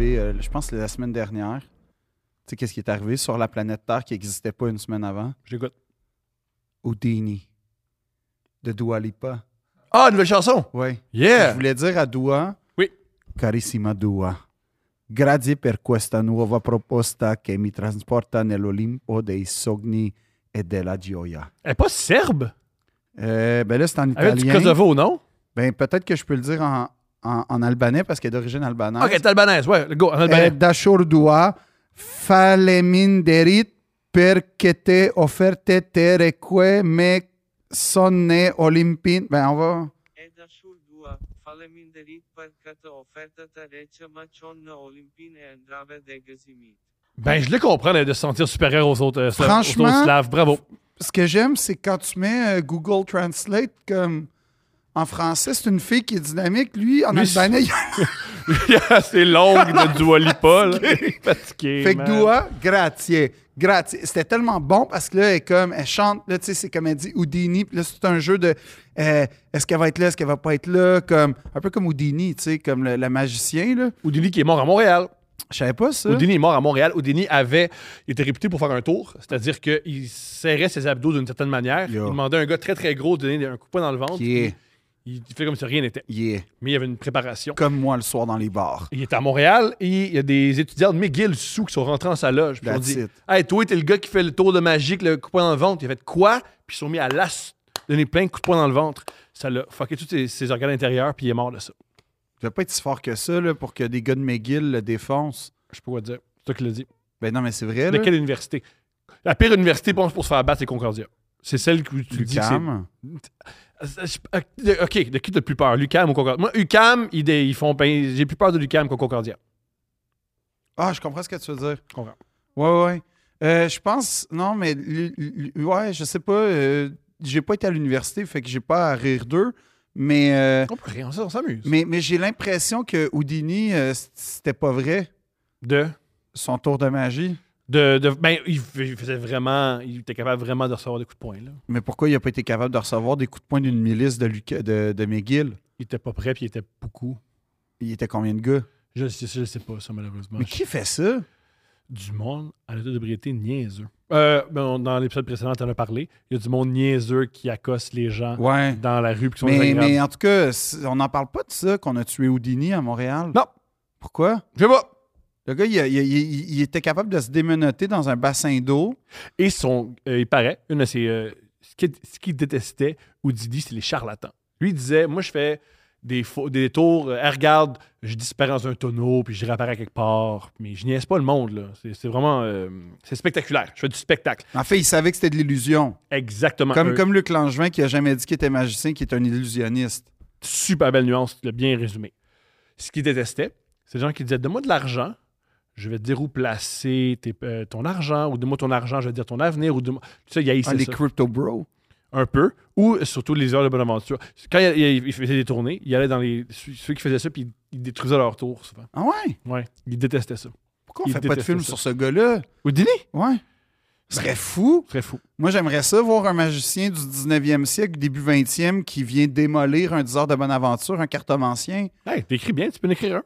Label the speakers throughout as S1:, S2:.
S1: euh, je pense, que la semaine dernière. Tu sais, qu'est-ce qui est arrivé sur la planète Terre qui n'existait pas une semaine avant?
S2: Je l'écoute.
S1: Houdini. De Dua Lipa.
S3: Ah, nouvelle chanson!
S1: Oui. Je
S3: Yeah!
S1: voulais dire à Dua.
S2: Oui.
S1: Carissima Dua. Grazie per questa nuova proposta che mi trasporta nell'Olimpo dei sogni e della gioia.
S2: Elle est pas serbe?
S1: Euh, ben là, c'est en
S2: Elle est du
S1: italien.
S2: Kosovo, non?
S1: Ben, peut-être que je peux le dire en, en- en albanais parce qu'elle est d'origine albanaise.
S2: Ok, t'es albanaise, ouais, go, en albanais.
S1: Eh, Dashur dua faleminderit perché te offerte tereque me sonne olimpin. Ben, on va.
S4: Edda Shurdua, faleminderit për këtë ofertë të reqë më qonë në Olimpin e ndrave dhe gëzimit.
S2: Ben, je le comprends là, de se sentir supérieur aux autres, euh, Slaves-
S1: Eh. Franchement-
S2: aux autres Slaves. Bravo.
S1: Ce que j'aime, c'est quand tu mets euh, Google Translate comme. En français, c'est une fille qui est dynamique. Lui, en
S2: Lui, c'est-
S1: albanais, il
S2: c'est long de Dua Lipa, là. Fatigué.
S1: Fait que
S2: man.
S1: Doua, gratier. Gratier. C'était tellement bon parce que là, elle, comme, elle chante, là, tu sais, c'est comme elle dit Houdini. Puis là, c'est un jeu de euh, est-ce qu'elle va être là, est-ce qu'elle va pas être là, comme, un peu comme Houdini, tu sais, comme le, le magicien, là.
S2: Houdini qui est mort à Montréal.
S1: Je savais pas ça.
S2: Houdini est mort à Montréal. Houdini avait été réputé pour faire un tour, c'est-à-dire qu'il serrait ses abdos d'une certaine manière.
S1: Yo.
S2: Il demandait à un gars très très gros de donner un coup de poing dans le ventre.
S1: Qui est,
S2: Il il fait comme si rien n'était.
S1: il est
S2: Mais il y avait une préparation.
S1: comme moi le soir dans les bars.
S2: Il est à Montréal et il y a des étudiants de McGill sous qui sont rentrés en sa loge. Puis ils ont
S1: That's
S2: dit
S1: it.
S2: Hey, toi, t'es le gars qui fait le tour de magique, le coup de poing dans le ventre. Il a fait quoi Puis ils sont mis à l'as, donner plein de coups de poing dans le ventre. Ça l'a fucké tous ses, ses organes intérieurs, puis il est mort de ça.
S1: Tu vas pas être si fort que ça, là, pour que des gars de McGill le défoncent.
S2: Je peux pas te dire. C'est toi qui l'as dit.
S1: Ben non, mais c'est vrai,
S2: De
S1: là.
S2: quelle université La pire université, pense, pour se faire battre, c'est Concordia. C'est celle que tu dis que c'est Ah,
S1: Lucam.
S2: Je- euh, OK, de qui t'as le plus peur, Lucam ou Concordia? Moi, UCAM, ils, dé- ils font ben, j'ai plus peur de Lucam qu'au Concordia.
S1: Ah, je comprends ce que tu veux dire.
S2: Je comprends.
S1: Ouais, ouais. Euh, je pense, non, mais l- l- l- ouais, je sais pas. euh, j'ai pas été à l'université, fait que j'ai pas à rire d'eux. Mais, euh,
S2: On peut rien, on s'amuse.
S1: mais, mais j'ai l'impression que Houdini, euh, c- c'était pas vrai,
S2: De,
S1: son tour de magie.
S2: de, de- ben, il, f- il faisait vraiment, il était capable vraiment de recevoir des coups de poing. Là.
S1: Mais pourquoi il a pas été capable de recevoir des coups de poing d'une milice de, Luca- de, de McGill?
S2: Il était pas prêt, puis il était beaucoup.
S1: Il était combien de gars?
S2: Je sais, je sais pas, ça, malheureusement.
S1: Mais qui fait ça?
S2: Du monde à l'état d'ébriété niaiseux. Euh, ben, on- dans l'épisode précédent, t'en as parlé. Il y a du monde niaiseux qui accoste les gens
S1: Ouais.
S2: dans la rue, puis qui sont
S1: Mais, euh,
S2: désagréables.
S1: mais en tout cas, c- on n'en parle pas de ça, qu'on a tué Houdini à Montréal.
S2: Non.
S1: Pourquoi?
S2: Je sais pas.
S1: Le gars, il, a- il a- il- il était capable de se démenoter dans un bassin d'eau.
S2: Et son, euh, il paraît, une de ses, euh, ce qu'il ce qu'il détestait, ou Didi, c'est les charlatans. Lui, il disait Moi, je fais des, faux- des tours, euh, Ah, regarde, je disparais dans un tonneau, puis je réapparais quelque part. Mais je niaise pas le monde, là. C'est c'est vraiment. euh, c'est spectaculaire. Je fais du spectacle.
S1: En fait, il savait que c'était de l'illusion.
S2: Exactement.
S1: Comme,
S2: Un-
S1: comme Luc Langevin qui a jamais dit qu'il était magicien, qui est un illusionniste.
S2: Super belle nuance, tu l'as bien résumé. Ce qu'il détestait, c'est les gens qui disaient Donne-moi de l'argent, je vais te dire où placer tes- euh, ton argent, ou donne-moi ton argent, je vais te dire ton avenir, ou donne-moi. Tu sais, il haïssait
S1: Ah, les
S2: ça.
S1: crypto bros.
S2: un peu, ou surtout les heures de bonne aventure. Quand il, il- il faisait des tournées, il allait dans les ceux ceux qui faisaient ça, puis ils détruisaient leur tour souvent.
S1: Ah ouais?
S2: Ouais, ils détestaient ça.
S1: Pourquoi on
S2: Il
S1: fait pas de
S2: détestait
S1: film
S2: ça. Ben.
S1: sur ce gars-là?
S2: Houdini,
S1: Ouais. Ce serait fou.
S2: très fou.
S1: Moi, j'aimerais ça voir un magicien du 19e siècle, début 20e, qui vient démolir un 10 heures de bonne aventure, un cartomancien.
S2: Hey, t'écris bien, tu peux en écrire un.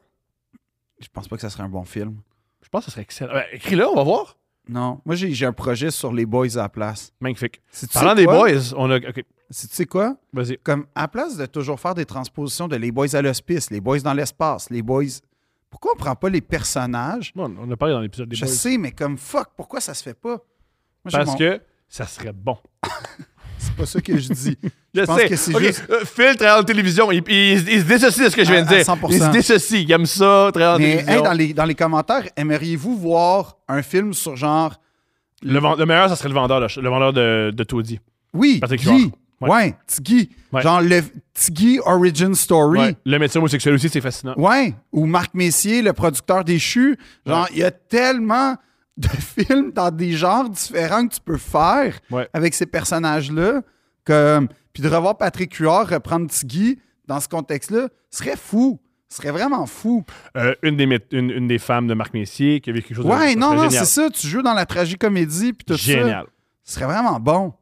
S1: Je pense pas que ça serait un bon film.
S2: Je pense que ce serait excellent. Ben, Écris-le, on va voir.
S1: Non. Moi, j'ai j'ai un projet sur les boys à la place.
S2: Magnifique.
S1: Si tu sais
S2: Parlant des
S1: quoi-
S2: boys, on a. Ok,
S1: Si tu sais quoi?
S2: vas-y.
S1: Comme, à place de toujours faire des transpositions de les boys à l'hospice, les boys dans l'espace, les boys. Pourquoi on prend pas les personnages?
S2: Bon, on a parlé dans l'épisode des
S1: Je
S2: boys.
S1: sais, mais comme fuck, pourquoi ça se fait pas? Moi, j'ai
S2: Parce
S1: mon-
S2: que ça serait bon.
S1: C'est pas ça que je dis.
S2: Je,
S1: pense
S2: sais.
S1: que c'est
S2: Ok,
S1: juste-
S2: euh, Phil travaille en télévision. Il, il- il se dissocie de ce que je viens
S1: À-
S2: de
S1: à
S2: dire.
S1: 100%.
S2: Il se dissocie. Il aime ça, travailler en
S1: mais hey,
S2: télévision.
S1: dans, les, dans les commentaires, aimeriez-vous voir un film sur genre.
S2: le, vend- le meilleur, ça serait le vendeur, de ch- le vendeur de, de taudis.
S1: Oui,
S2: Patrick
S1: Guy.
S2: Huard.
S1: Ouais, Tiggy.
S2: Ouais.
S1: Genre le Tiggy Origin Story.
S2: Ouais.
S1: Ouais.
S2: Le médecin homosexuel aussi, c'est fascinant.
S1: Ou Marc Messier, le producteur déchu. Genre, il y a tellement de films dans des genres différents que tu peux faire
S2: Ouais.
S1: avec ces personnages-là. Comme... Puis de revoir Patrick Huard reprendre Tiggy dans ce contexte-là serait fou. Serait vraiment fou.
S2: Euh, une, des, mé- une, une des femmes de Marc Messier qui a vécu quelque chose de-
S1: Ouais,
S2: ça
S1: non,
S2: serait
S1: non, c'est
S2: génial.
S1: ça. Tu joues dans la tragicomédie puis tout ça.
S2: Génial.
S1: Ce serait vraiment bon.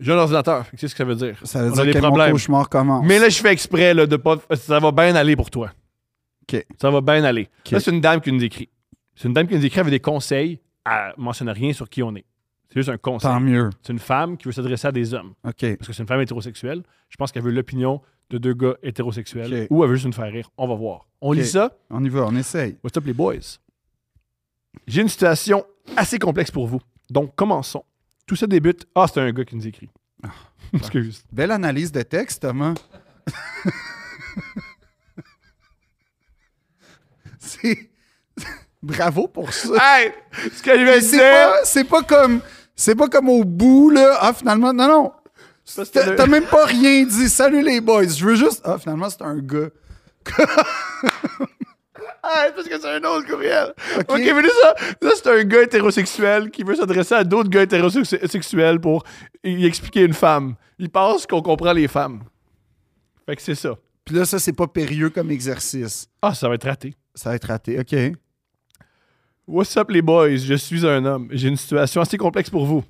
S2: J'ai un ordinateur, fait que c'est ce que ça veut dire.
S1: Ça veut
S2: On a
S1: dire
S2: des
S1: que mon
S2: problèmes.
S1: cauchemar commence.
S2: Mais là, je fais exprès là, de pas. Ça va bien aller pour toi.
S1: OK.
S2: Ça va bien aller.
S1: OK.
S2: Là, c'est une dame qui nous écrit. C'est une dame qui nous écrit avec des conseils. Elle ne mentionne rien sur qui on est. C'est juste un conseil.
S1: Tant mieux.
S2: C'est une femme qui veut s'adresser à des hommes.
S1: OK.
S2: Parce que c'est une femme hétérosexuelle. Je pense qu'elle veut l'opinion de deux gars hétérosexuels.
S1: OK.
S2: Ou elle veut juste nous faire rire. On va voir. On
S1: OK.
S2: lit ça.
S1: On y va, on essaye.
S2: What's up, les boys? J'ai une situation assez complexe pour vous. Donc, commençons. Tout ça débute. Ah, c'est un gars qui nous écrit. Excuse.
S1: Belle analyse de texte, Thomas. c'est. Bravo pour ça.
S2: Hey! Ce que je vais
S1: Mais c'est pas, c'est pas comme. C'est pas comme au bout, là. Ah, finalement. Non, non.
S2: Parce que
S1: T'as
S2: le-
S1: t'as même pas rien dit. Salut les boys. Je veux juste. Ah, finalement, c'est un gars.
S2: Hey, parce que c'est un autre courriel. OK, mais là, ça, ça, c'est un gars hétérosexuel qui veut s'adresser à d'autres gars hétérosexuels pour y expliquer une femme. Il pense qu'on comprend les femmes. Fait que c'est ça.
S1: Puis là, ça, c'est pas périlleux comme exercice.
S2: Ah, ça va être raté.
S1: Ça va être raté. OK.
S2: What's up les boys, je suis un homme. J'ai une situation assez complexe pour vous.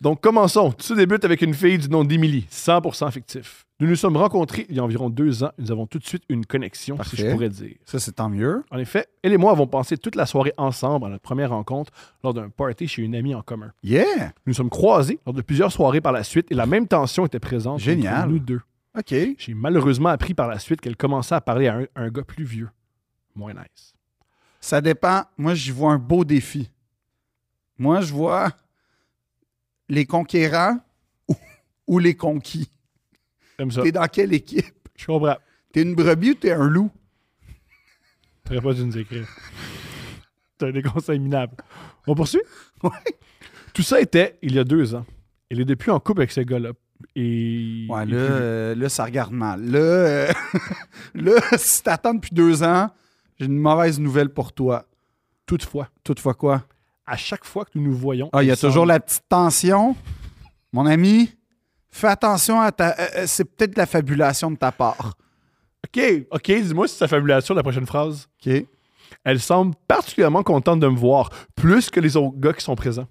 S2: Donc commençons. Tout se débute avec une fille du nom d'Émilie, 100% fictif. Nous nous sommes rencontrés il y a environ deux ans. Nous avons tout de suite une connexion, si
S1: Parfait.
S2: je pourrais dire.
S1: Ça, c'est tant mieux.
S2: En effet, elle et moi avons passé toute la soirée ensemble à notre première rencontre lors d'un party chez une amie en commun.
S1: Yeah.
S2: Nous nous sommes croisés lors de plusieurs soirées par la suite et la même tension était présente
S1: Génial.
S2: entre nous deux.
S1: OK.
S2: J'ai malheureusement appris par la suite qu'elle commençait à parler à un, un gars plus vieux. Moins nice.
S1: Ça dépend. Moi, j'y vois un beau défi. Moi, je vois les conquérants ou, ou les conquis.
S2: Comme ça.
S1: T'es dans quelle équipe?
S2: Je comprends.
S1: T'es une brebis ou t'es un loup?
S2: T'aurais pas dû nous écrire. T'as des conseils minables. On poursuit?
S1: Ouais.
S2: Tout ça était il y a deux ans. Elle est depuis en couple avec ce gars-là. Et.
S1: Ouais, là,
S2: et puis-
S1: euh, là, ça regarde mal. Là, euh, là si t'attends depuis deux ans, j'ai une mauvaise nouvelle pour toi.
S2: toutefois,
S1: Toutefois quoi?
S2: à chaque fois que nous nous voyons.
S1: Ah, il y a
S2: semble-
S1: toujours la petite tension. Mon ami, fais attention à ta... euh, euh, c'est peut-être de la fabulation de ta part.
S2: OK, OK, dis-moi si ça fabulation la prochaine phrase.
S1: OK?
S2: Elle semble particulièrement contente de me voir, plus que les autres gars qui sont présents.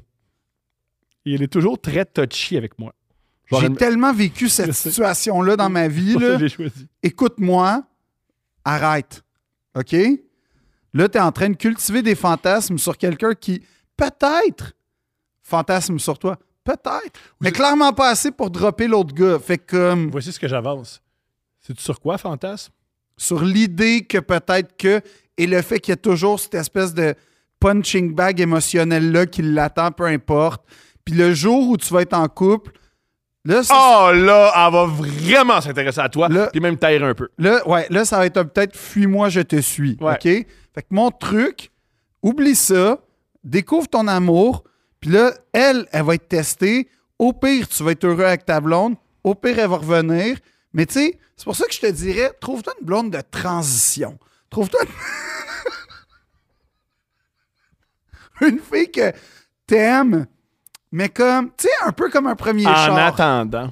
S2: Et elle est toujours très touchy avec moi. Genre,
S1: J'ai
S2: elle-
S1: tellement vécu
S2: Je
S1: cette
S2: sais.
S1: situation-là dans ma vie.
S2: Pour ça,
S1: là.
S2: je l'ai choisi.
S1: Écoute-moi, arrête. OK? Là, tu es en train de cultiver des fantasmes sur quelqu'un qui, peut-être, fantasme sur toi. Peut-être. Mais clairement pas assez pour dropper l'autre gars. Fait que, euh, comme,
S2: Voici ce que j'avance. C'est sur quoi, fantasme?
S1: sur l'idée que peut-être que, et le fait qu'il y a toujours cette espèce de punching bag émotionnel-là qui l'attend, peu importe. Puis le jour où tu vas être en couple, là, ça,
S2: Oh là, elle va vraiment s'intéresser à toi.
S1: Là-
S2: Puis même taire un peu.
S1: Là, ouais, là, ça va être un peut-être fuis-moi, je te suis.
S2: Ouais.
S1: OK? Fait que mon truc, oublie ça, découvre ton amour, puis là, elle, elle va être testée. Au pire, tu vas être heureux avec ta blonde. Au pire, elle va revenir. Mais tu sais, c'est pour ça que je te dirais, trouve-toi une blonde de transition. Trouve-toi une... une fille que t'aimes, mais comme, tu sais, un peu comme un premier
S2: En
S1: char.
S2: attendant.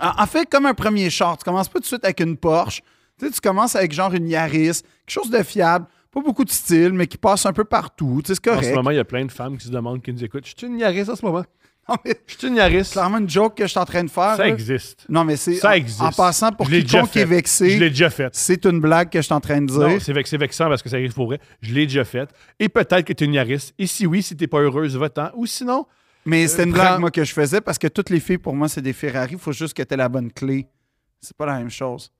S1: En en fait, comme un premier char, tu commences pas tout de suite avec une Porsche. Tu, sais, tu commences avec genre une Yaris, quelque chose de fiable, pas beaucoup de style, mais qui passe un peu partout. Tu sais, c'est
S2: En ce
S1: correct.
S2: moment, il y a plein de femmes qui se demandent, qui nous écoutent. Je suis une Yaris en ce moment.
S1: Non, mais
S2: Je suis une Yaris.
S1: C'est clairement une joke que je suis en train de faire.
S2: Ça
S1: là.
S2: existe.
S1: Non, mais c'est en,
S2: Ça existe.
S1: en passant pour
S2: Je l'ai déjà
S1: quiconque
S2: fait.
S1: est
S2: Je l'ai
S1: vexé,
S2: déjà faite.
S1: c'est une blague que je suis en train de
S2: Non,
S1: dire.
S2: c'est vex- c'est vexant parce que ça arrive pour vrai. Je l'ai déjà faite. Et peut-être que tu es une Yaris. Et si oui, si t'es pas heureuse, va-t'en. Ou sinon,
S1: mais c'était une
S2: euh, prends-
S1: blague, moi, que je faisais parce que toutes les filles, pour moi, c'est des Ferrari. Il faut juste que tu aies la bonne clé. C'est pas la même chose.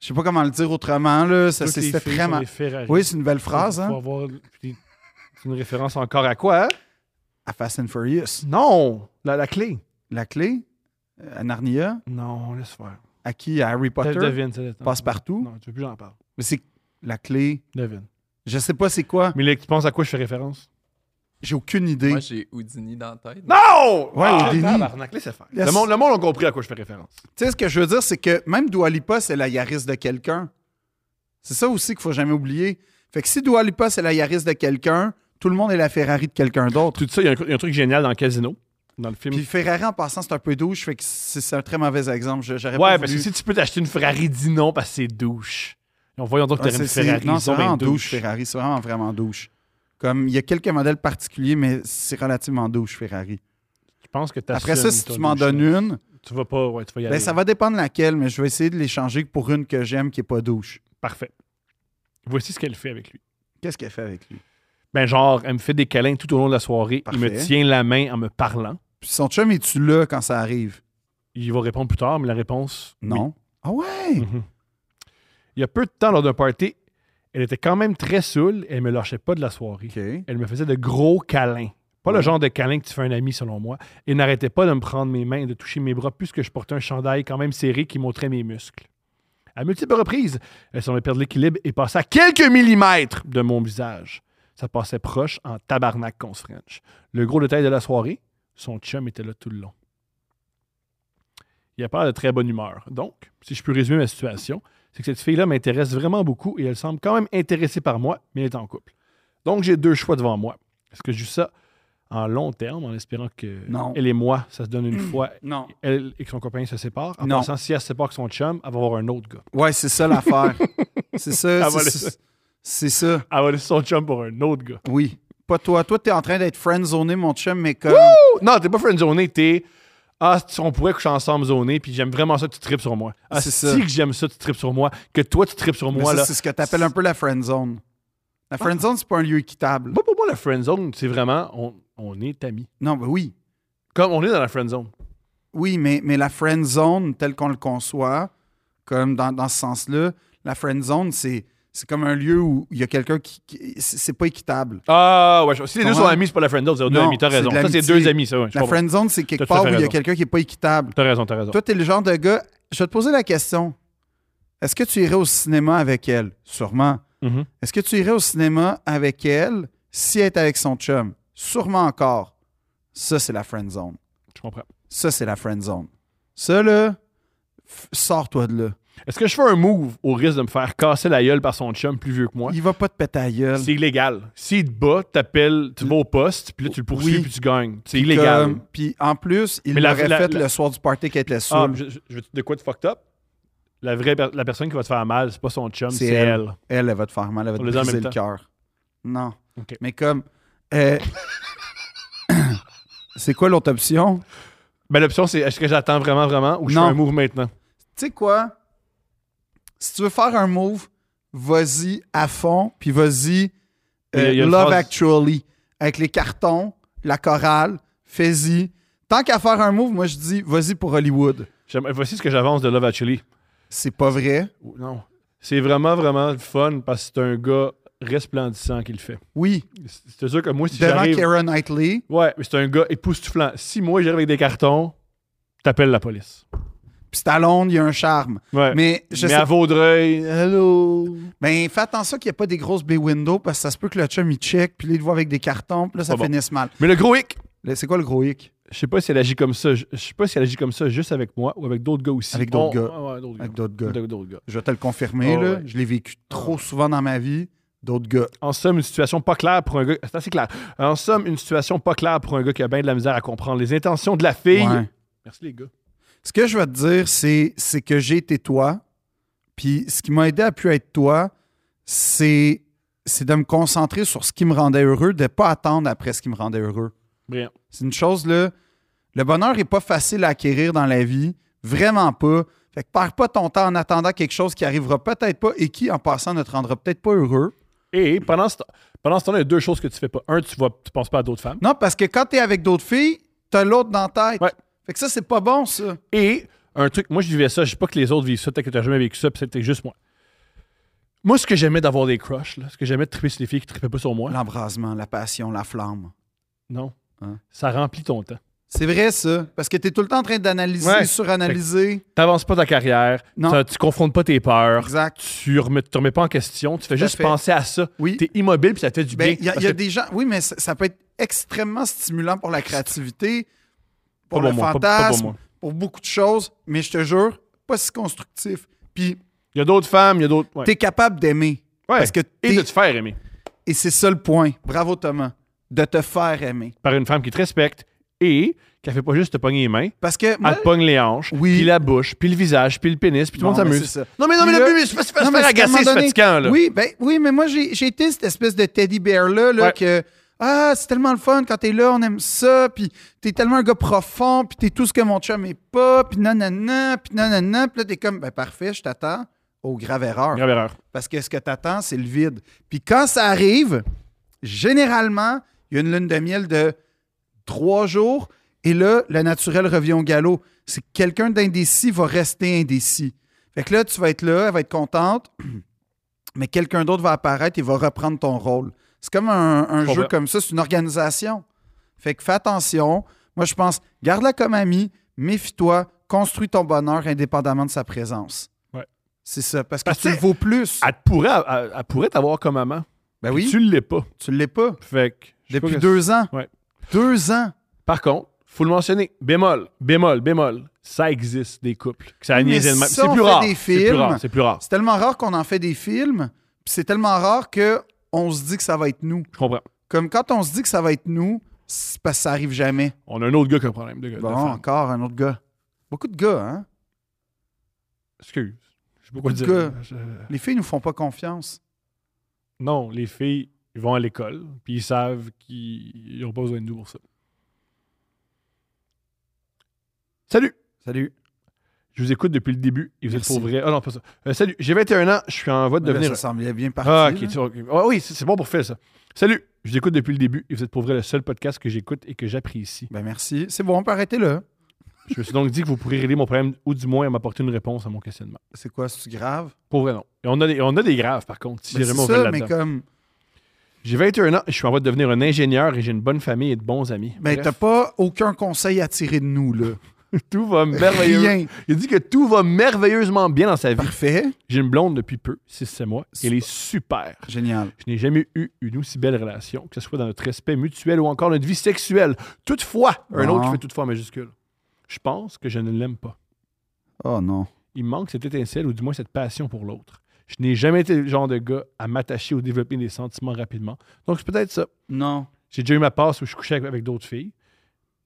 S1: Je sais pas comment le dire autrement. Là. Ça,
S2: toutes
S1: c'est-
S2: les
S1: c'était
S2: filles sont
S1: vraiment.
S2: des Ferrari.
S1: Oui, c'est une belle phrase.
S2: Faut
S1: Hein?
S2: avoir- puis C'est une référence encore à quoi? hein?
S1: À Fast and Furious.
S2: Non! La, la clé.
S1: La clé euh, à Narnia,
S2: Non, laisse faire.
S1: à qui À Harry
S2: Te-
S1: Potter,
S2: Devine, ça, laisse-
S1: Passe-partout.
S2: Non, tu veux plus j'en parle.
S1: Mais c'est la clé.
S2: Devine.
S1: Je sais pas c'est quoi.
S2: Mais là, tu penses à quoi je fais référence?
S1: J'ai aucune idée.
S3: Moi, j'ai Houdini dans la tête.
S2: Non!
S1: Ouais,
S2: Ah,
S1: au déni.
S2: tabarnak, laisse faire. Le
S1: Laisse-
S2: monde, le monde a compris à quoi je fais référence.
S1: Tu sais, ce que je veux dire, c'est que même Dua Lipa, c'est la Yaris de quelqu'un. C'est ça aussi qu'il faut jamais oublier. Fait que si Dua Lipa, c'est la Yaris de quelqu'un, tout le monde est la Ferrari de quelqu'un d'autre.
S2: Tout ça, il y, a un- il y a un truc génial dans le casino, dans le film.
S1: Puis Ferrari, en passant, c'est un peu douche. Fait que c'est c'est un très mauvais exemple. Je- J'aurais
S2: ouais, ben,
S1: pas
S2: parce que
S1: voulu-
S2: si tu peux t'acheter une Ferrari, dis non parce que c'est douche. Et on voyons donc que
S1: Ah,
S2: t'aurais
S1: c'est-
S2: une
S1: c'est-
S2: Ferrari.
S1: Non,
S2: ils
S1: c'est
S2: sont bien
S1: vraiment douche, Ferrari. C'est vraiment, vraiment douche. Comme, il y a quelques modèles particuliers, mais c'est relativement douche, Ferrari.
S2: Je pense que t'assumes
S1: Après ça, si
S2: ta
S1: tu m'en
S2: doucheness.
S1: donnes une,
S2: Tu vas pas, ouais, tu vas y aller.
S1: Ben, ça va dépendre laquelle, mais je vais essayer de l'échanger pour une que j'aime qui n'est pas douche.
S2: Parfait. Voici ce qu'elle fait avec lui.
S1: Qu'est-ce qu'elle fait avec lui?
S2: Ben, genre, elle me fait des câlins tout au long de la soirée. Il me
S1: Parfait.
S2: tient la main en me parlant.
S1: Puis son chum, es-tu là quand ça arrive?
S2: Il va répondre plus tard, mais la réponse, oui.
S1: Non. Ah ouais?
S2: Mhm. Il y a peu de temps lors d'un party, elle était quand même très saoule et elle me lâchait pas de la soirée.
S1: OK.
S2: Elle me faisait de gros câlins. Pas le
S1: Ouais.
S2: genre de câlin que tu fais à un ami, selon moi. Et n'arrêtait pas de me prendre mes mains et de toucher mes bras, puisque je portais un chandail quand même serré qui montrait mes muscles. À multiples reprises, elle semblait perdre l'équilibre et passait à quelques millimètres de mon visage. Ça passait proche en tabarnak qu'on se French. Le gros détail de la soirée, son chum était là tout le long. Il a pas l'air de très bonne humeur. Donc, si je peux résumer ma situation, c'est que cette fille-là m'intéresse vraiment beaucoup et elle semble quand même intéressée par moi, mais elle est en couple. Donc, j'ai deux choix devant moi. Est-ce que je joue ça en long terme, en espérant que
S1: Non.
S2: elle et moi, ça se donne une fois,
S1: Non.
S2: elle et que son copain se séparent? En
S1: Non.
S2: pensant, si elle se sépare avec son chum, elle va avoir un autre gars.
S1: Ouais, c'est ça l'affaire. c'est ça.
S2: Ah, voilà.
S1: c'est- C'est ça.
S2: Elle va laisser son chum pour un autre gars.
S1: Oui. Pas toi. Toi, t'es en train d'être friendzoné, mon chum, mais comme.
S2: Oh, Non, t'es pas friendzoné, t'es. Ah, si on pourrait coucher ensemble zoné, puis j'aime vraiment ça, tu tripes sur moi. Ah,
S1: C'est
S2: si
S1: ça.
S2: que j'aime ça, tu tripes sur moi, que toi, tu tripes sur
S1: Mais
S2: moi,
S1: ça,
S2: là.
S1: c'est ce que t'appelles un peu la friendzone. La friendzone, c'est pas un lieu équitable.
S2: Moi, pour moi, la friendzone, c'est vraiment, on, on est amis.
S1: Non, mais oui.
S2: Comme on est dans la friendzone.
S1: Oui, mais, mais la friend zone, telle qu'on le conçoit, comme dans, dans ce sens-là, la friend zone, c'est, c'est comme un lieu où il y a quelqu'un qui. qui- c'est c'est pas équitable.
S2: Ah, ouais, je- si les deux
S1: Ouais.
S2: sont amis, c'est pas la friendzone, c'est deux
S1: Non,
S2: amis, t'as
S1: c'est
S2: raison.
S1: de
S2: Ça, c'est
S1: l'amitié.
S2: deux amis, ça, ouais. je
S1: La
S2: comprends.
S1: friend zone, c'est quelque
S2: T'as tout à
S1: part où
S2: fait
S1: il y a
S2: raison.
S1: quelqu'un qui est pas équitable.
S2: T'as raison, t'as raison.
S1: Toi, t'es le genre de gars. Je vais te poser la question. Est-ce que tu irais au cinéma avec elle? Sûrement.
S2: Mhm.
S1: Est-ce que tu irais au cinéma avec elle si elle est avec son chum? Sûrement encore. Ça, c'est la friend zone.
S2: Je comprends.
S1: Ça, c'est la friend zone. Ça, là, f- sors-toi de là.
S2: Est-ce que je fais un move au risque de me faire casser la gueule par son chum plus vieux que moi?
S1: Il va pas te péter la gueule.
S2: C'est illégal. S'il te bat, t'appelles, tu vas au poste, puis là, tu le poursuis,
S1: Oui.
S2: puis tu gagnes. C'est illégal.
S1: Comme- Puis en plus, il
S2: Mais la-
S1: l'aurait
S2: la-
S1: fait
S2: la-
S1: le soir du party qu'elle était
S2: Ah,
S1: saoule.
S2: je, je- je veux te- de quoi de fucked up? La vraie per- la personne qui va te faire mal, c'est pas son chum,
S1: C'est
S2: c'est elle.
S1: elle. elle, elle va te faire mal, elle va te
S2: On les a en
S1: briser
S2: même
S1: le
S2: temps.
S1: cœur. Non.
S2: Ok.
S1: Mais comme. euh, c'est quoi l'autre option?
S2: Ben, l'option, c'est est-ce que j'attends vraiment, vraiment, ou je
S1: Non.
S2: fais un move maintenant?
S1: Tu sais quoi? Si tu veux faire un move, vas-y à fond, puis vas-y euh,
S2: Il y a- il y a une
S1: Love
S2: phrase-
S1: Actually. Avec les cartons, la chorale, fais-y. Tant qu'à faire un move, moi je dis vas-y pour Hollywood.
S2: J'aime- Voici ce que j'avance de Love Actually.
S1: C'est pas vrai.
S2: Ou- Non. C'est vraiment, vraiment le fun parce que c'est un gars resplendissant qui le fait.
S1: Oui.
S2: C'est- C'est sûr que moi, si
S1: Devant
S2: j'arrive...
S1: Karen Knightley.
S2: Ouais, mais c'est un gars époustouflant. Si moi, j'arrive avec des cartons, t'appelles la police.
S1: Puis c'est à Londres, il y a un charme.
S2: Ouais.
S1: Mais je
S2: Euh, Mais
S1: sais.
S2: à Vaudreuil, allô?
S1: Ben, fais attention qu'il n'y ait pas des grosses bay windows parce que ça se peut que le chum il check, puis là, il le voit avec des cartons, puis là, ça
S2: Pas bon.
S1: finisse mal.
S2: Mais le gros hic,
S1: Là, C'est quoi le gros hic?
S2: je sais pas si elle agit comme ça. Je je sais pas si elle agit comme ça juste avec moi ou avec d'autres gars aussi.
S1: Avec d'autres
S2: On-
S1: gars.
S2: Ouais, ouais, d'autres
S1: Avec
S2: gars.
S1: d'autres gars.
S2: Avec d'autres gars.
S1: Je vais te le confirmer,
S2: Oh,
S1: là.
S2: ouais.
S1: Je l'ai vécu trop souvent dans ma vie. D'autres gars.
S2: En somme, une situation pas claire pour un gars. C'est assez clair. En somme, une situation pas claire pour un gars qui a bien de la misère à comprendre les intentions de la fille.
S1: Ouais.
S2: Merci les gars.
S1: Ce que je vais te dire, c'est, c'est que j'ai été toi. Puis ce qui m'a aidé à pu être toi, c'est, c'est de me concentrer sur ce qui me rendait heureux, de ne pas attendre après ce qui me rendait heureux.
S2: Brillant.
S1: C'est une chose, là. Le bonheur n'est pas facile à acquérir dans la vie. Vraiment pas. Fait que perds pas ton temps en attendant quelque chose qui arrivera peut-être pas et qui, en passant, ne te rendra peut-être pas heureux.
S2: Et pendant ce, temps- pendant ce temps-là, il y a deux choses que tu fais pas. Un, tu vas, tu penses pas à d'autres femmes.
S1: Non, parce que quand t'es avec d'autres filles, t'as l'autre dans la tête.
S2: Ouais.
S1: Fait que ça, c'est pas bon, ça.
S2: Et un truc, moi je vivais ça, je sais pas que les autres vivent ça, peut-être que t'as jamais vécu ça, puis c'était juste moi. Moi, ce que j'aimais d'avoir des crushs, là, ce que j'aimais de triper sur les filles qui tripaient pas sur moi,
S1: L'embrasement, la passion, la flamme.
S2: non,
S1: Hein?
S2: ça remplit ton temps.
S1: C'est vrai, ça. Parce que t'es tout le temps en train d'analyser,
S2: Ouais.
S1: suranalyser.
S2: T'avances pas ta carrière,
S1: Non.
S2: ça- tu confrontes pas tes peurs,
S1: Exact.
S2: tu remets, te remets pas en question, tu fais juste
S1: fait.
S2: penser à ça.
S1: Oui.
S2: T'es immobile, puis ça te fait du
S1: Ben,
S2: bien.
S1: Il y a, il
S2: parce
S1: y a
S2: que-
S1: des gens. Oui, mais ça, ça peut être extrêmement stimulant pour la créativité, pour
S2: Pas
S1: le
S2: pour moi, pas- pas pour
S1: fantasme,
S2: moi.
S1: pour beaucoup de choses, mais je te jure, pas si constructif. Puis
S2: Il y a d'autres femmes, il y a d'autres. ouais.
S1: t'es capable d'aimer.
S2: Ouais.
S1: Parce que
S2: Et
S1: t'es-
S2: de te faire aimer
S1: Et c'est ça le point. Bravo, Thomas. De te faire aimer.
S2: par une femme qui te respecte et qui ne fait pas juste te pogner les mains.
S1: Parce que.
S2: Elle te pogne les hanches,
S1: Oui.
S2: puis la bouche, puis le visage, puis le pénis, puis tout le monde
S1: Bon, ben,
S2: s'amuse.
S1: c'est ça.
S2: Non, mais non,
S1: Puis
S2: mais le
S1: là-
S2: but, mais c'est pas se faire
S1: Non, mais
S2: agacer,
S1: à un moment
S2: c'est
S1: donné-
S2: fatigant, là.
S1: Oui, ben, oui, mais moi, j'ai j'ai été cette espèce de teddy bear-là, là,
S2: Ouais.
S1: que. Ah, c'est tellement le fun quand t'es là, on aime ça, puis t'es tellement un gars profond, puis t'es tout ce que mon chum est pas, puis nanana, puis nanana, puis là, t'es comme, ben parfait, je t'attends. aux graves erreurs.
S2: Grave erreur.
S1: Parce que ce que tu attends, c'est le vide. Puis quand ça arrive, généralement, il y a une lune de miel de trois jours. Et là, le naturel revient au galop. C'est que quelqu'un d'indécis va rester indécis. Fait que là, tu vas être là, elle va être contente, mais quelqu'un d'autre va apparaître et va reprendre ton rôle. C'est comme un, un
S2: Je
S1: jeu
S2: comprends.
S1: comme ça, c'est une organisation. Fait que fais attention. Moi, je pense, garde-la comme ami, méfie-toi, construis ton bonheur indépendamment de sa présence.
S2: Ouais.
S1: C'est ça, parce que
S2: Parce
S1: tu
S2: que-
S1: le vaux plus.
S2: Elle, te pourrait, elle, elle pourrait t'avoir comme maman.
S1: Ben
S2: puis
S1: oui,
S2: Ah, Tu l'es pas.
S1: tu ne l'es pas.
S2: Fait que, je sais pas
S1: Depuis
S2: que-
S1: deux ans.
S2: Ouais.
S1: Deux ans.
S2: Par contre, faut le mentionner. Bémol, bémol, bémol. Ça existe des couples. Que ça a
S1: Oui, mais
S2: niaisé de même.
S1: ça,
S2: C'est
S1: on
S2: plus
S1: fait
S2: rare.
S1: des
S2: C'est plus
S1: films.
S2: rare. C'est plus rare.
S1: C'est tellement rare qu'on en fait des films, puis c'est tellement rare que on se dit que ça va être nous.
S2: Je comprends.
S1: Comme quand on se dit que ça va être nous, c'est parce que ça arrive jamais.
S2: On a un autre gars qui a un problème de, de
S1: Bon,
S2: femme.
S1: encore un autre gars. Beaucoup de gars, hein?
S2: Excuse. Je sais pas quoi
S1: Beaucoup
S2: dire.
S1: de gars.
S2: Je-
S1: Les filles nous font pas confiance.
S2: Non, les filles ils vont à l'école, puis ils savent qu'ils n'ont pas besoin de nous pour ça. Salut!
S1: Salut.
S2: Je vous écoute depuis le début et vous
S1: Merci.
S2: êtes pour vrai. Ah non, pas ça. Euh, salut, j'ai 21 ans, je suis en voie de
S1: Là,
S2: devenir.
S1: ça semblait bien parti.
S2: Ah, ok,
S1: là.
S2: tu- ok. Ah oui, c'est c'est bon pour faire ça. Salut, je vous écoute depuis le début et vous êtes pour vrai le seul podcast que j'écoute et que j'apprécie.
S1: Ben merci. C'est bon, on peut arrêter là.
S2: Je me suis donc dit que vous pourriez régler mon problème ou du moins m'apporter une réponse à mon questionnement.
S1: C'est quoi, c'est grave?
S2: Pour vrai, non. Et on a des, on a des graves, par contre, si
S1: Ben,
S2: vraiment on
S1: c'est
S2: veut
S1: ça, mais
S2: là-dedans.
S1: comme.
S2: J'ai 21 ans, je suis en voie de devenir un ingénieur et j'ai une bonne famille et de bons amis.
S1: Ben,
S2: Bref,
S1: t'as pas aucun conseil à tirer de nous, là.
S2: tout va merveilleux.
S1: Rien.
S2: Il dit que tout va merveilleusement bien dans sa vie.
S1: Parfait.
S2: J'ai une blonde depuis peu, 6-7 mois. et Elle est super.
S1: Génial.
S2: Je n'ai jamais eu une aussi belle relation, que ce soit dans notre respect mutuel ou encore notre vie sexuelle. Toutefois, un
S1: Bon.
S2: autre qui fait toutefois en majuscule. Je pense que je ne l'aime pas.
S1: Oh non.
S2: Il me manque cette étincelle ou du moins cette passion pour l'autre. Je n'ai jamais été le genre de gars à m'attacher ou développer des sentiments rapidement. Donc, c'est peut-être ça.
S1: Non.
S2: J'ai déjà eu ma passe où je couchais avec- avec d'autres filles.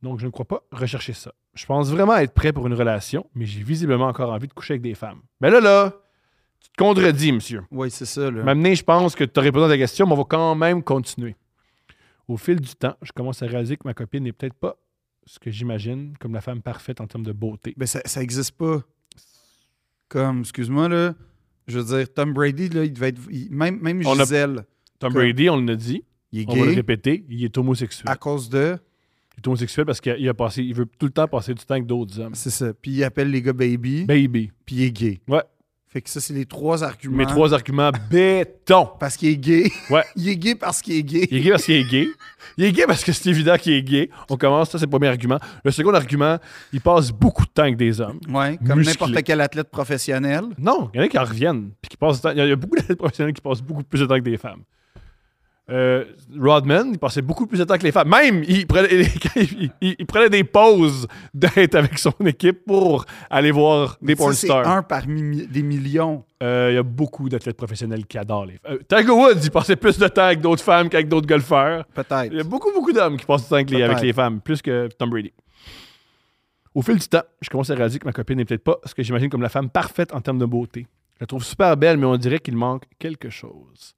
S2: Donc, je ne crois pas rechercher ça. Je pense vraiment être prêt pour une relation, mais j'ai visiblement encore envie de coucher avec des femmes. Mais là, là, tu te contredis, monsieur.
S1: Oui, c'est ça, là.
S2: M'amener, je pense que tu as répondu à ta question, mais on va quand même continuer. Au fil du temps, je commence à réaliser que ma copine n'est peut-être pas ce que j'imagine comme la femme parfaite en termes de beauté.
S1: Ben, ça, ça existe pas. Comme, excuse-moi, là, je veux dire, Tom Brady, là, il devait être. il- même même
S2: On a-
S1: Gisèle,
S2: Tom
S1: Comme-
S2: Brady, on l'a dit,
S1: il est
S2: on va le
S1: gay
S2: répéter, il est homosexuel.
S1: à cause de.
S2: Il est homosexuel parce qu'il a passé, il veut tout le temps passer du temps avec d'autres hommes.
S1: C'est ça. Puis il appelle les gars baby,
S2: Baby.
S1: puis il est gay.
S2: Ouais.
S1: Fait que ça, c'est les trois arguments.
S2: Mes trois arguments béton.
S1: Parce qu'il est gay.
S2: Ouais.
S1: il est gay parce qu'il est gay.
S2: Il est gay parce qu'il est gay. Il est gay parce que c'est évident qu'il est gay. On commence, ça c'est le premier argument. Le second argument, il passe beaucoup de temps avec des hommes.
S1: Ouais, comme
S2: Musclé.
S1: n'importe quel athlète professionnel.
S2: Non, il y en a qui en reviennent. Puis qui passent du temps- Il y a- il y a beaucoup d'athlètes professionnels qui passent beaucoup plus de temps que des femmes. Euh, Rodman, il passait beaucoup plus de temps que les femmes. Même, il prenait, il- il- il prenait des pauses d'être avec son équipe pour aller voir
S1: Ça,
S2: des porn
S1: c'est
S2: stars.
S1: un parmi mi- des millions.
S2: Euh, il y a beaucoup d'athlètes professionnels qui adorent les femmes. Euh, Tiger Woods, il passait plus de temps avec d'autres femmes qu'avec d'autres golfeurs. Il y a
S1: Peut-être.
S2: beaucoup, beaucoup d'hommes qui passent du temps avec les, avec
S1: Peut-être.
S2: les femmes, plus que Tom Brady. Au fil du temps, je commence à réaliser que ma copine n'est peut-être pas ce que j'imagine comme la femme parfaite en termes de beauté. Je la trouve super belle, mais on dirait qu'il manque quelque chose.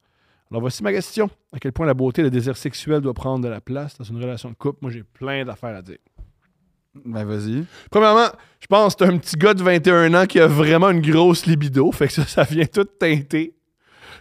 S2: Alors voici ma question. À quel point la beauté et le désir sexuel doit prendre de la place dans une relation de couple? Moi, j'ai plein d'affaires à dire.
S1: Ben, vas-y.
S2: Premièrement, je pense que c'est un petit gars de 21 ans qui a vraiment une grosse libido. Fait que ça, ça vient tout teinter.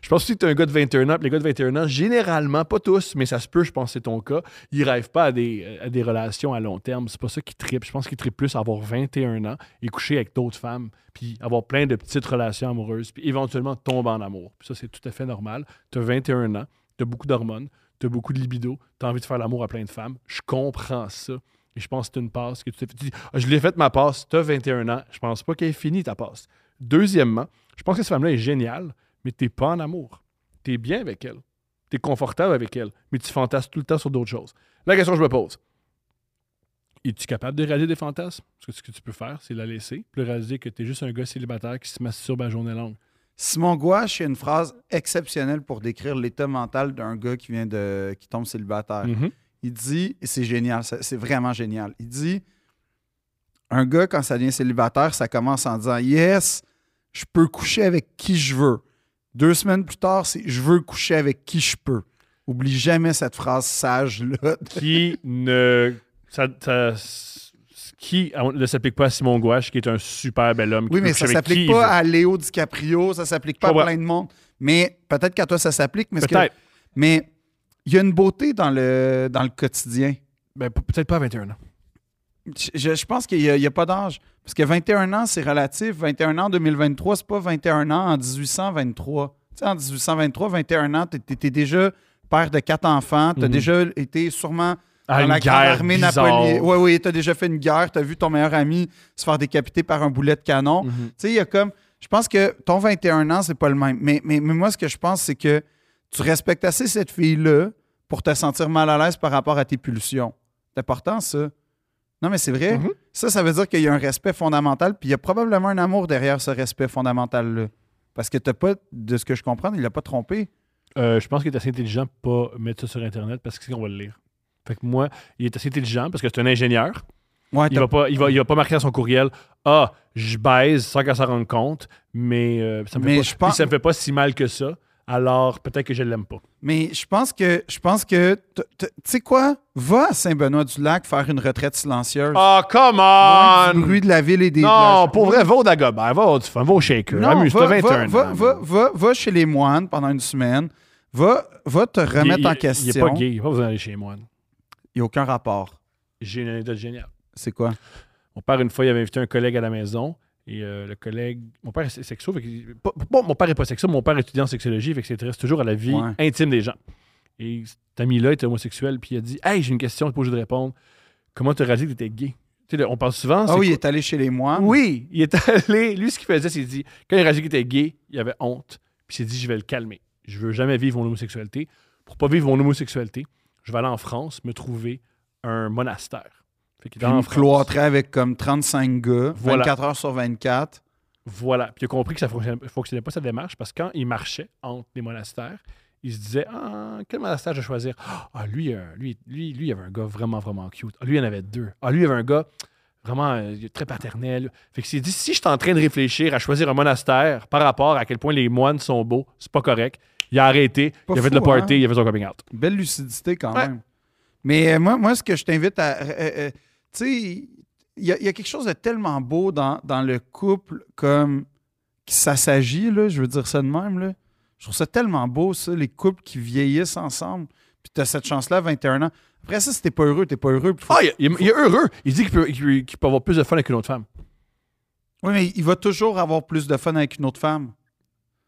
S2: Je pense aussi que tu un gars de 21 ans. puis les gars de 21 ans, généralement, pas tous, mais ça se peut, je pense que c'est ton cas, ils rêvent pas à des, euh, à des relations à long terme. C'est pas ça qui trippent. Je pense qu'ils trippent plus à avoir 21 ans et coucher avec d'autres femmes, puis avoir plein de petites relations amoureuses, puis éventuellement tomber en amour. Puis ça, c'est tout à fait normal. Tu as 21 ans, tu as beaucoup d'hormones, tu as beaucoup de libido, tu as envie de faire l'amour à plein de femmes. Je comprends ça. Et je pense que c'est une passe que tu t'es fait. tu dis, Ah, Je l'ai faite ma passe, tu as 21 ans, je pense pas qu'elle est finie ta passe. Deuxièmement, je pense que cette femme-là est géniale, mais t'es pas en amour. T'es bien avec elle. T'es confortable avec elle, mais tu fantasmes tout le temps sur d'autres choses. La question que je me pose, es-tu capable de réaliser des fantasmes? Parce que ce que tu peux faire, c'est la laisser, puis réaliser que t'es juste un gars célibataire qui se masturbe à journée longue.
S1: Simon Gouache, il y a une phrase exceptionnelle pour décrire l'état mental d'un gars qui vient de. qui tombe célibataire.
S2: Mm-hmm.
S1: Il dit, et c'est génial, ça- c'est vraiment génial. Il dit un gars, quand ça devient célibataire, ça commence en disant Yes, je peux coucher avec qui je veux. Deux semaines plus tard, c'est Je veux coucher avec qui je peux. Oublie jamais cette phrase sage-là.
S2: Qui ne. Ça, ça- qui ah, on- ne s'applique pas à Simon Gouache, qui est un super bel homme. qui
S1: Oui,
S2: peut
S1: mais
S2: coucher
S1: ça
S2: avec qui
S1: s'applique
S2: il
S1: pas
S2: veut.
S1: à Léo DiCaprio, ça s'applique pas
S2: Je
S1: à
S2: comprends.
S1: plein de monde. Mais peut-être qu'à toi, ça s'applique. Mais, est-ce que-
S2: Peut-être.
S1: mais il y a une beauté dans le, dans le quotidien.
S2: Ben, p- peut-être pas à 21 ans.
S1: Je, je pense qu'il n'y a, il y a pas d'âge. Parce que 21 ans, c'est relatif. 21 ans en 2023, c'est pas 21 ans en 1823. Tu sais, en 1823, 21 ans, tu étais déjà père de quatre enfants, tu as
S2: Mhm.
S1: déjà été sûrement
S2: À
S1: dans
S2: Ah, une
S1: la grande
S2: guerre
S1: armée
S2: bizarre.
S1: napoléonienne. Oui, oui, tu as déjà fait une guerre, tu as vu ton meilleur ami se faire décapiter par un boulet de canon.
S2: Mhm.
S1: Tu sais, il y a comme. Je pense que ton 21 ans, c'est pas le même. Mais, mais, mais moi, ce que je pense, c'est que tu respectes assez cette fille-là pour te sentir mal à l'aise par rapport à tes pulsions. C'est important, ça. Non, mais c'est vrai.
S2: Mhm.
S1: Ça, ça veut dire qu'il y a un respect fondamental, puis il y a probablement un amour derrière ce respect fondamental-là. Parce que t'as pas, de ce que je comprends, il l'a pas trompé.
S2: Euh, je pense qu'il est assez intelligent pour pas mettre ça sur Internet parce que sinon, on va le lire. Fait que moi, il est assez intelligent parce que c'est un ingénieur.
S1: Ouais,
S2: Il
S1: t'as-
S2: va pas, il va, il va pas marquer à son courriel Ah, je baise sans qu'elle s'en rende compte, mais, euh, ça, me
S1: Mais
S2: fait pas,
S1: je pense-
S2: puis ça me fait pas si mal que ça. Alors peut-être que je l'aime pas.
S1: Mais je pense que, je pense que, t- t- tu sais quoi, va à Saint-Benoît-du-Lac faire une retraite silencieuse.
S2: Ah, come
S1: Loin
S2: on!
S1: du bruit de la ville et des
S2: non,
S1: plages.
S2: pour vrai, va au Dagobert, va au du fun, va au shaker.
S1: Non,
S2: Amuse-toi,
S1: va, va,
S2: 21 ans.
S1: va, va, va- va chez les moines pendant une semaine. Va, va te
S2: Il-
S1: remettre
S2: il-
S1: en
S2: Il est pas
S1: question.
S2: gay, il va pas besoin d'aller chez moi.
S1: Il n'y a aucun rapport.
S2: J'ai une anecdote géniale.
S1: C'est quoi?
S2: Mon père, une fois, il avait invité un collègue à la maison. Et euh, le collègue, mon père est sexo. fait qu'il- pas- pas- mon père est pas sexo, mon père étudie en sexologie, fait qu'il s'intéresse toujours à la vie
S1: Ouais.
S2: intime des gens. Et cet ami-là était homosexuel, puis il a dit Hey, j'ai une question, je pas obligé de répondre. Comment te dit que t'étais gay Tu sais, le- On parle souvent.
S1: Ah
S2: c'est
S1: oui, il
S2: quoi-
S1: est allé chez les moines.
S2: oui, il est allé. Lui, ce qu'il faisait, c'est qu'il dit Quand il a réalisé qu'il était gay, il avait honte, puis il s'est dit Je vais le calmer. Je veux jamais vivre mon homosexualité. Pour pas vivre mon homosexualité, je vais aller en France me trouver un monastère. Fait qu'il
S1: Puis
S2: est allé en
S1: il
S2: France.
S1: cloîtrait avec comme 35 gars,
S2: Voilà.
S1: 24 heures sur 24.
S2: Voilà. Puis il a compris que ça ne fonctionnait, fonctionnait pas sa démarche parce que quand il marchait entre les monastères, il se disait Ah, quel monastère je vais choisir Ah, lui, il y a un- lui, lui, lui, il y avait un gars vraiment, vraiment cute. Ah, lui, il y en avait deux. Ah, lui, il y avait un gars vraiment euh, très paternel. Fait qu'il s'est dit Si je suis en train de réfléchir à choisir un monastère par rapport à quel point les moines sont beaux, c'est pas correct. Il a arrêté,
S1: Pas
S2: il a fait
S1: fou,
S2: le party,
S1: hein?
S2: il a fait son coming out.
S1: Belle lucidité quand
S2: Ouais.
S1: même. Mais euh, moi, moi, ce que je t'invite à. euh, euh, tu sais, il y, a- il y a quelque chose de tellement beau dans, dans le couple comme qui ça s'agit, là, je veux dire ça de même. Là. Je trouve ça tellement beau, ça, les couples qui vieillissent ensemble. Puis t'as cette chance-là à 21 ans. Après ça, si t'es pas heureux, t'es pas heureux. puis faut-
S2: Ah, il, il- il est heureux. Il dit qu'il peut, qu'il- qu'il peut avoir plus de fun avec une autre femme.
S1: Oui, mais il va toujours avoir plus de fun avec une autre femme.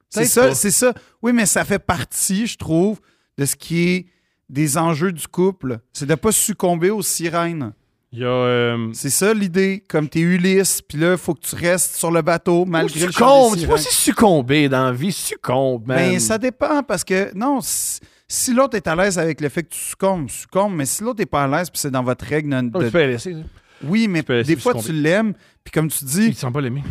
S1: C'est
S2: Peut-être
S1: ça,
S2: pas.
S1: c'est ça. Oui, mais ça fait partie, je trouve, de ce qui est des enjeux du couple. C'est de ne pas succomber aux sirènes.
S2: Il y a. euh,
S1: C'est ça l'idée. Comme t'es Ulysse, puis là, faut que tu restes sur le bateau malgré le chant
S2: Succombe,
S1: des
S2: tu vois,
S1: sirènes.
S2: c'est succomber dans la vie, succombe, man.
S1: Mais Ben, ça dépend parce que, non, si, si l'autre est à l'aise avec le fait que tu succombes, succombes, mais si l'autre n'est pas à l'aise, puis c'est dans votre règle, non-
S2: Non, mais
S1: de-
S2: tu peux la laisser. ça.
S1: oui, mais
S2: tu peux laisser
S1: des fois, tu
S2: succomber.
S1: l'aimes, puis comme tu
S2: Il
S1: dis,
S2: sent pas l'aimer.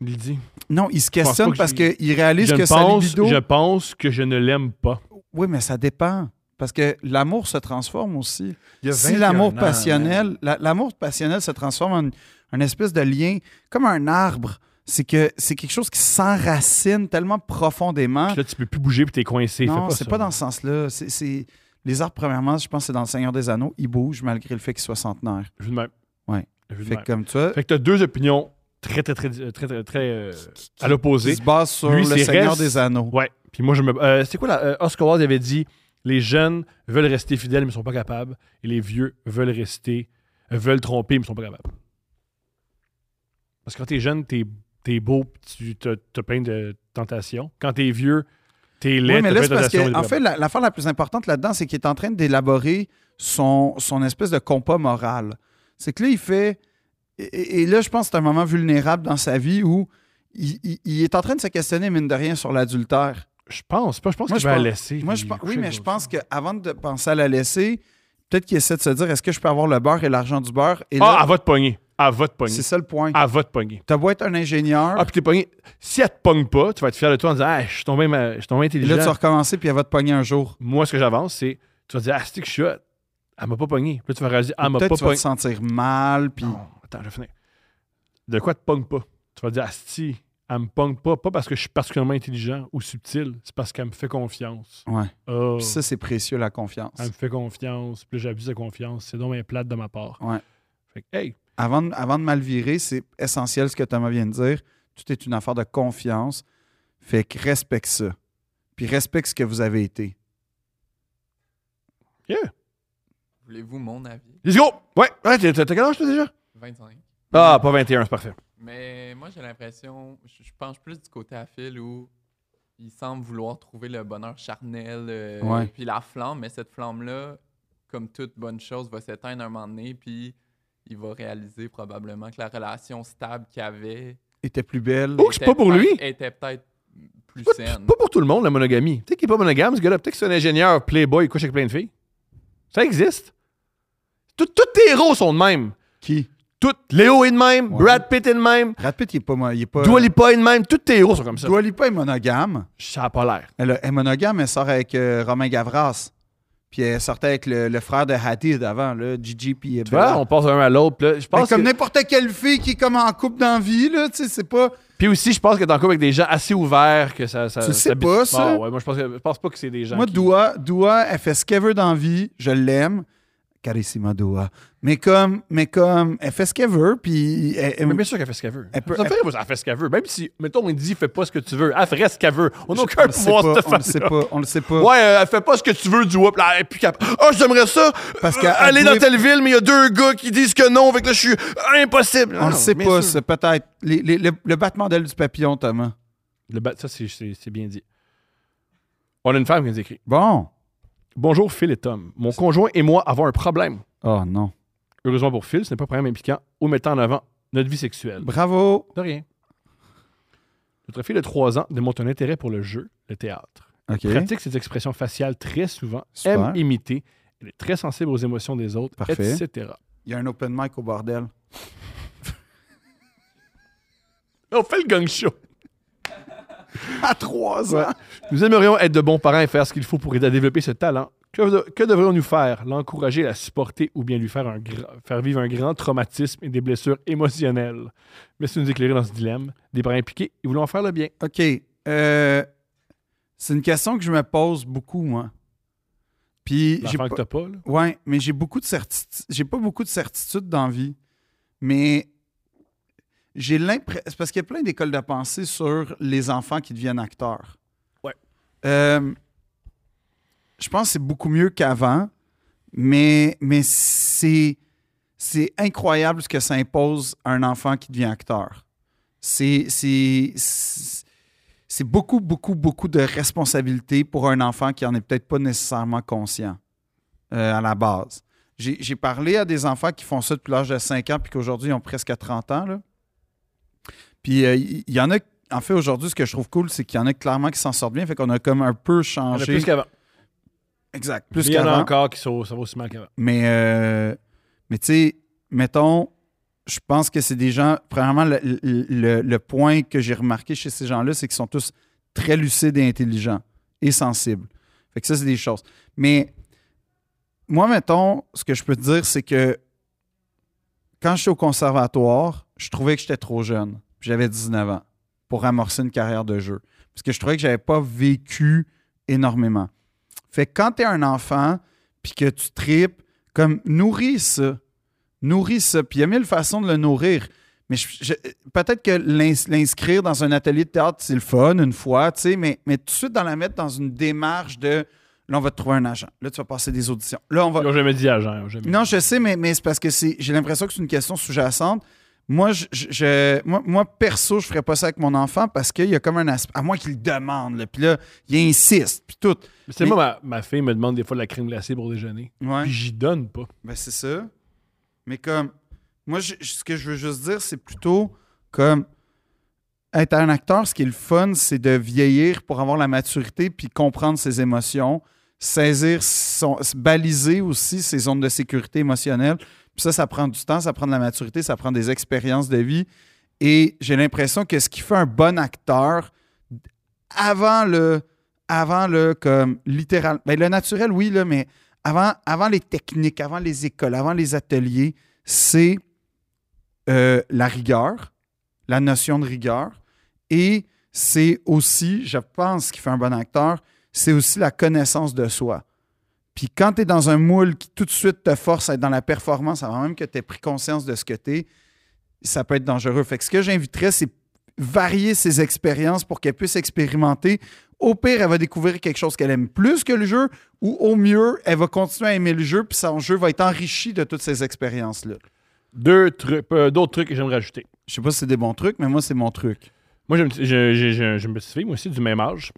S2: Il dit.
S1: non, il se
S2: pense
S1: questionne
S2: pas que
S1: parce
S2: je-
S1: qu'il réalise
S2: je,
S1: que sa
S2: pense,
S1: libido...
S2: je pense que je ne l'aime pas.
S1: Oui, mais ça dépend. Parce que l'amour se transforme aussi.
S2: Il y a
S1: Si
S2: 21
S1: l'amour
S2: ans,
S1: passionnel, la- l'amour passionnel se transforme en une- un espèce de lien, comme un arbre. C'est que c'est quelque chose qui s'enracine tellement profondément.
S2: Puis là, tu peux plus bouger puis t'es coincé. Fais
S1: Ah. non,
S2: pas
S1: c'est
S2: ça.
S1: pas dans ce sens-là. C'est- c'est- les arbres, premièrement, je pense que c'est dans le Seigneur des Anneaux, ils bougent malgré le fait qu'ils soient centenaires.
S2: Je veux de même.
S1: Ouais.
S2: Je veux de
S1: Fait
S2: même.
S1: que comme ça,
S2: Fait que t'as deux opinions très, très, très, très, très, très, euh, à l'opposé.
S1: ils se basent sur
S2: Lui,
S1: le
S2: c'est
S1: Seigneur
S2: reste-
S1: des Anneaux.
S2: Ouais. Puis moi, je me. euh, c'est quoi la. euh, Oscar Wilde avait dit les jeunes veulent rester fidèles, mais sont pas capables. Et les vieux veulent rester. euh, veulent tromper, mais sont pas capables. Parce que quand t'es jeune, t'es es beau, puis tu te, te plein de tentations. Quand t'es vieux, t'es laid,
S1: Oui, mais là,
S2: t'as plein
S1: c'est
S2: de
S1: parce
S2: tentations.
S1: que, en fait, la- l'affaire la, plus importante là-dedans, c'est qu'il est en train d'élaborer son, son espèce de compas moral. C'est que là, il fait. Et, et- et là, je pense que c'est un moment vulnérable dans sa vie où il, il- il est en train de se questionner, mine de rien, sur l'adultère.
S2: je pense pas. Je pense
S1: Moi,
S2: que
S1: je
S2: je vais la
S1: pense-
S2: laisser.
S1: Moi,
S2: puis
S1: je pense- oui,
S2: coucher
S1: mais
S2: avec
S1: je
S2: d'autres
S1: pense qu'avant de penser à la laisser, peut-être qu'il essaie de se dire est-ce que je peux avoir le beurre et l'argent du beurre Et
S2: Ah,
S1: là,
S2: elle va te pogner. Elle va te pogner.
S1: c'est ça le point.
S2: Elle va te pogner.
S1: T'as beau être un ingénieur,
S2: Ah, puis t'es pogné. Si elle te pogne pas, tu vas être fier de toi en disant Ah, je suis tombé, ma- je suis
S1: et
S2: tombé intelligent.
S1: là, tu vas recommencer, puis elle va te pogner un jour.
S2: moi, ce que j'avance, c'est tu vas dire, ah, c'est que je suis hot. Elle m'a pas pogné. Puis là, tu vas réaliser, ah, elle m'a pas
S1: Peut-être tu vas
S2: pogné.
S1: te sentir mal, puis.
S2: Non, attends, je vais finir. De quoi te pogne pas? Tu vas dire, ah, si, elle me pogne pas, pas parce que je suis particulièrement intelligent ou subtil, c'est parce qu'elle me fait confiance.
S1: Ouais.
S2: Ah,
S1: Puis ça, c'est précieux, la confiance.
S2: elle me fait confiance, puis là, j'abuse de confiance, c'est donc bien plate de ma part.
S1: Ouais.
S2: Fait que, hey,
S1: avant, de- avant de mal virer, c'est essentiel ce que Thomas vient de dire. Tout est une affaire de confiance. Fait que respecte ça. Puis respecte ce que vous avez été.
S3: Voulez-vous mon avis?
S2: Let's go! Ouais, ouais t'as t'as quel âge, toi, déjà?
S3: 25.
S2: Ah, pas 21, c'est parfait.
S3: Mais moi, j'ai l'impression, je, je penche plus du côté à Phil où il semble vouloir trouver le bonheur charnel, euh,
S1: Ouais.
S3: puis la flamme, mais cette flamme-là, comme toute bonne chose, va s'éteindre un moment donné, puis il va réaliser probablement que la relation stable qu'il avait
S1: Était plus belle.
S2: Oh, que c'est pas
S3: était
S2: pour lui!
S3: peut-être- était peut-être plus saine.
S2: Pas pour tout le monde, la monogamie. Peut-être qu'il est pas monogame, ce gars-là. Peut-être que c'est un ingénieur playboy, il couche avec plein de filles. Ça existe. Tout- Tous tes héros sont de même.
S1: Qui?
S2: Tout, Léo est de même,
S1: Ouais.
S2: Brad Pitt est de même,
S1: Brad Pitt, il est pas. mo- Il est pas
S2: Dua Lipa est de même. Tous tes héros sont comme ça.
S1: Dua Lipa est monogame.
S2: Ça a pas l'air.
S1: Elle est monogame, elle sort avec euh, Romain Gavras. Puis elle sortait avec le, le frère de Hadid avant, là, Gigi puis
S2: Tu vois,
S1: Bella.
S2: on passe d'un à l'autre. puis là, Je
S1: Ben,
S2: pense
S1: comme
S2: que-
S1: n'importe quelle fille qui est comme en couple d'envie, là, tu sais, c'est pas.
S2: Puis aussi, je pense que t'es en couple avec des gens assez ouverts que ça. ça
S1: Tu le sais
S2: ça-
S1: pas, ça?
S2: Ah ouais, moi, je pense, que- je pense pas que c'est des gens.
S1: Moi,
S2: qui-
S1: Doua, Doua, elle fait ce qu'elle veut dans la vie. Je l'aime. Carissima Doua. Mais comme, mais comme, elle fait ce qu'elle veut, puis elle- elle-
S2: Mais bien sûr qu'elle fait ce qu'elle veut.
S1: Elle peut-
S2: ça me fait rire, elle fait ce qu'elle veut. Même si, mettons, on dit fais pas ce que tu veux, elle ferait ce qu'elle veut. On n'a aucun
S1: on le sait
S2: pouvoir
S1: pas,
S2: cette
S1: on le sait
S2: femme-là.
S1: pas, on le sait pas.
S2: Ouais, euh, elle fait pas ce que tu veux du whoop. Là, elle est plus capable. Ah, j'aimerais ça.
S1: Parce
S2: euh,
S1: qu'elle-
S2: aller
S1: elle
S2: dans
S1: voulait-
S2: telle ville, mais il y a deux gars qui disent que non. Fait que là, je suis impossible.
S1: On le sait pas, ça, peut-être. Les- les- le, le battement d'aile du papillon, Thomas.
S2: Le ba- Ça, c'est- c'est c'est bien dit. On a une femme qui nous écrit
S1: Bon.
S2: Bonjour Phil et Tom. Mon conjoint et moi avons un problème.
S1: Oh non.
S2: Heureusement pour Phil, ce n'est pas un problème impliquant ou mettant en avant notre vie sexuelle.
S1: Bravo.
S2: De rien. Notre fille de 3 ans démontre un intérêt pour le jeu, le théâtre.
S1: OK.
S2: Pratique ses expressions faciales très souvent,
S1: Super.
S2: aime imiter, elle est très sensible aux émotions des autres,
S1: Parfait.
S2: etc.
S1: Il y a un open mic au bordel.
S2: On fait le gang show.
S1: À trois ans.
S2: Nous aimerions être de bons parents et faire ce qu'il faut pour aider à développer ce talent. Que, que devrions-nous faire L'encourager, la supporter ou bien lui faire, un gra- faire vivre un grand traumatisme et des blessures émotionnelles Merci de nous éclairer dans ce dilemme. Des parents impliqués et voulant faire le bien.
S1: OK. euh, c'est une question que je me pose beaucoup, moi. Puis j'ai
S2: L'enfant
S1: pas-
S2: que t'as pas, là.
S1: Ouais, mais j'ai beaucoup de certitudes. J'ai pas beaucoup de certitudes dans la vie, mais j'ai l'impression. C'est parce qu'il y a plein d'écoles de pensée sur les enfants qui deviennent acteurs.
S2: Ouais.
S1: Euh, je pense que c'est beaucoup mieux qu'avant, mais, mais c'est, c'est incroyable ce que ça impose à un enfant qui devient acteur. C'est, c'est, c'est c'est beaucoup, beaucoup, beaucoup de responsabilités pour un enfant qui en est peut-être pas nécessairement conscient euh, à la base. J'ai j'ai parlé à des enfants qui font ça depuis l'âge de 5 ans, puis qu'aujourd'hui, ils ont presque 30 ans. là. Puis euh, il y, en a, en fait, aujourd'hui, ce que je trouve cool, c'est qu'il y en a clairement qui s'en sortent bien, fait qu'on a comme un peu
S2: Il y en a
S1: changé.
S2: plus qu'avant.
S1: exact, plus
S2: Il y en a
S1: qu'avant.
S2: encore qui sont, ça va aussi mal qu'avant.
S1: Mais, euh, mais tu sais, mettons, je pense que c'est des gens. Premièrement, le, le- le- le point que j'ai remarqué chez ces gens-là, c'est qu'ils sont tous très lucides et intelligents et sensibles. Fait que ça, c'est des choses. Mais moi, mettons, ce que je peux te dire, c'est que quand j'étais au conservatoire, je trouvais que j'étais trop jeune. J'avais 19 ans pour amorcer une carrière de jeu. Parce que je trouvais que j'avais pas vécu énormément. Fait que quand tu es un enfant, puis que tu tripes, comme nourris ça. Nourris ça. Puis il y a mille façons de le nourrir. Mais je- je- peut-être que l'ins- l'inscrire dans un atelier de théâtre, c'est le fun une fois, tu sais, mais, mais tout de suite dans la mettre dans une démarche de là, on va te trouver un agent. Là, tu vas passer des auditions. Là, on va.
S2: Ils n'ont jamais dit agent. ils ont jamais
S1: Non,
S2: dit.
S1: je sais, mais, mais c'est parce que c'est, j'ai l'impression que c'est une question sous-jacente. Moi, je, je- je- moi, moi, perso, je ferais pas ça avec mon enfant parce qu'il y a comme un aspect. À moins qu'il le demande, là, puis là, il insiste, puis tout.
S2: Mais C'est
S1: Mais-
S2: moi, ma, ma fille me demande des fois de la crème glacée pour déjeuner.
S1: Ouais.
S2: Puis j'y donne pas.
S1: Ben, c'est ça. Mais comme, moi, je- je- ce que je veux juste dire, c'est plutôt comme être un acteur, ce qui est le fun, c'est de vieillir pour avoir la maturité puis comprendre ses émotions, saisir, son, s- baliser aussi ses zones de sécurité émotionnelle. Puis ça, ça prend du temps, ça prend de la maturité, ça prend des expériences de vie. Et j'ai l'impression que ce qui fait un bon acteur, avant le, avant le, comme littéral, ben, le naturel, oui, là, mais avant, avant les techniques, avant les écoles, avant les ateliers, c'est euh, la rigueur, la notion de rigueur. Et c'est aussi, je pense, ce qui fait un bon acteur, c'est aussi la connaissance de soi. Puis quand tu es dans un moule qui tout de suite te force à être dans la performance avant même que tu aies pris conscience de ce que tu es, ça peut être dangereux. Fait que ce que j'inviterais, c'est varier ses expériences pour qu'elle puisse expérimenter. Au pire, elle va découvrir quelque chose qu'elle aime plus que le jeu, ou au mieux, elle va continuer à aimer le jeu, puis son jeu va être enrichi de toutes ces expériences-là.
S2: Deux trucs, euh, d'autres trucs que j'aimerais ajouter.
S1: Je sais pas si c'est des bons trucs, mais moi, c'est mon truc.
S2: Moi, je me, je, je, je, je me suis fait, moi aussi, du même âge.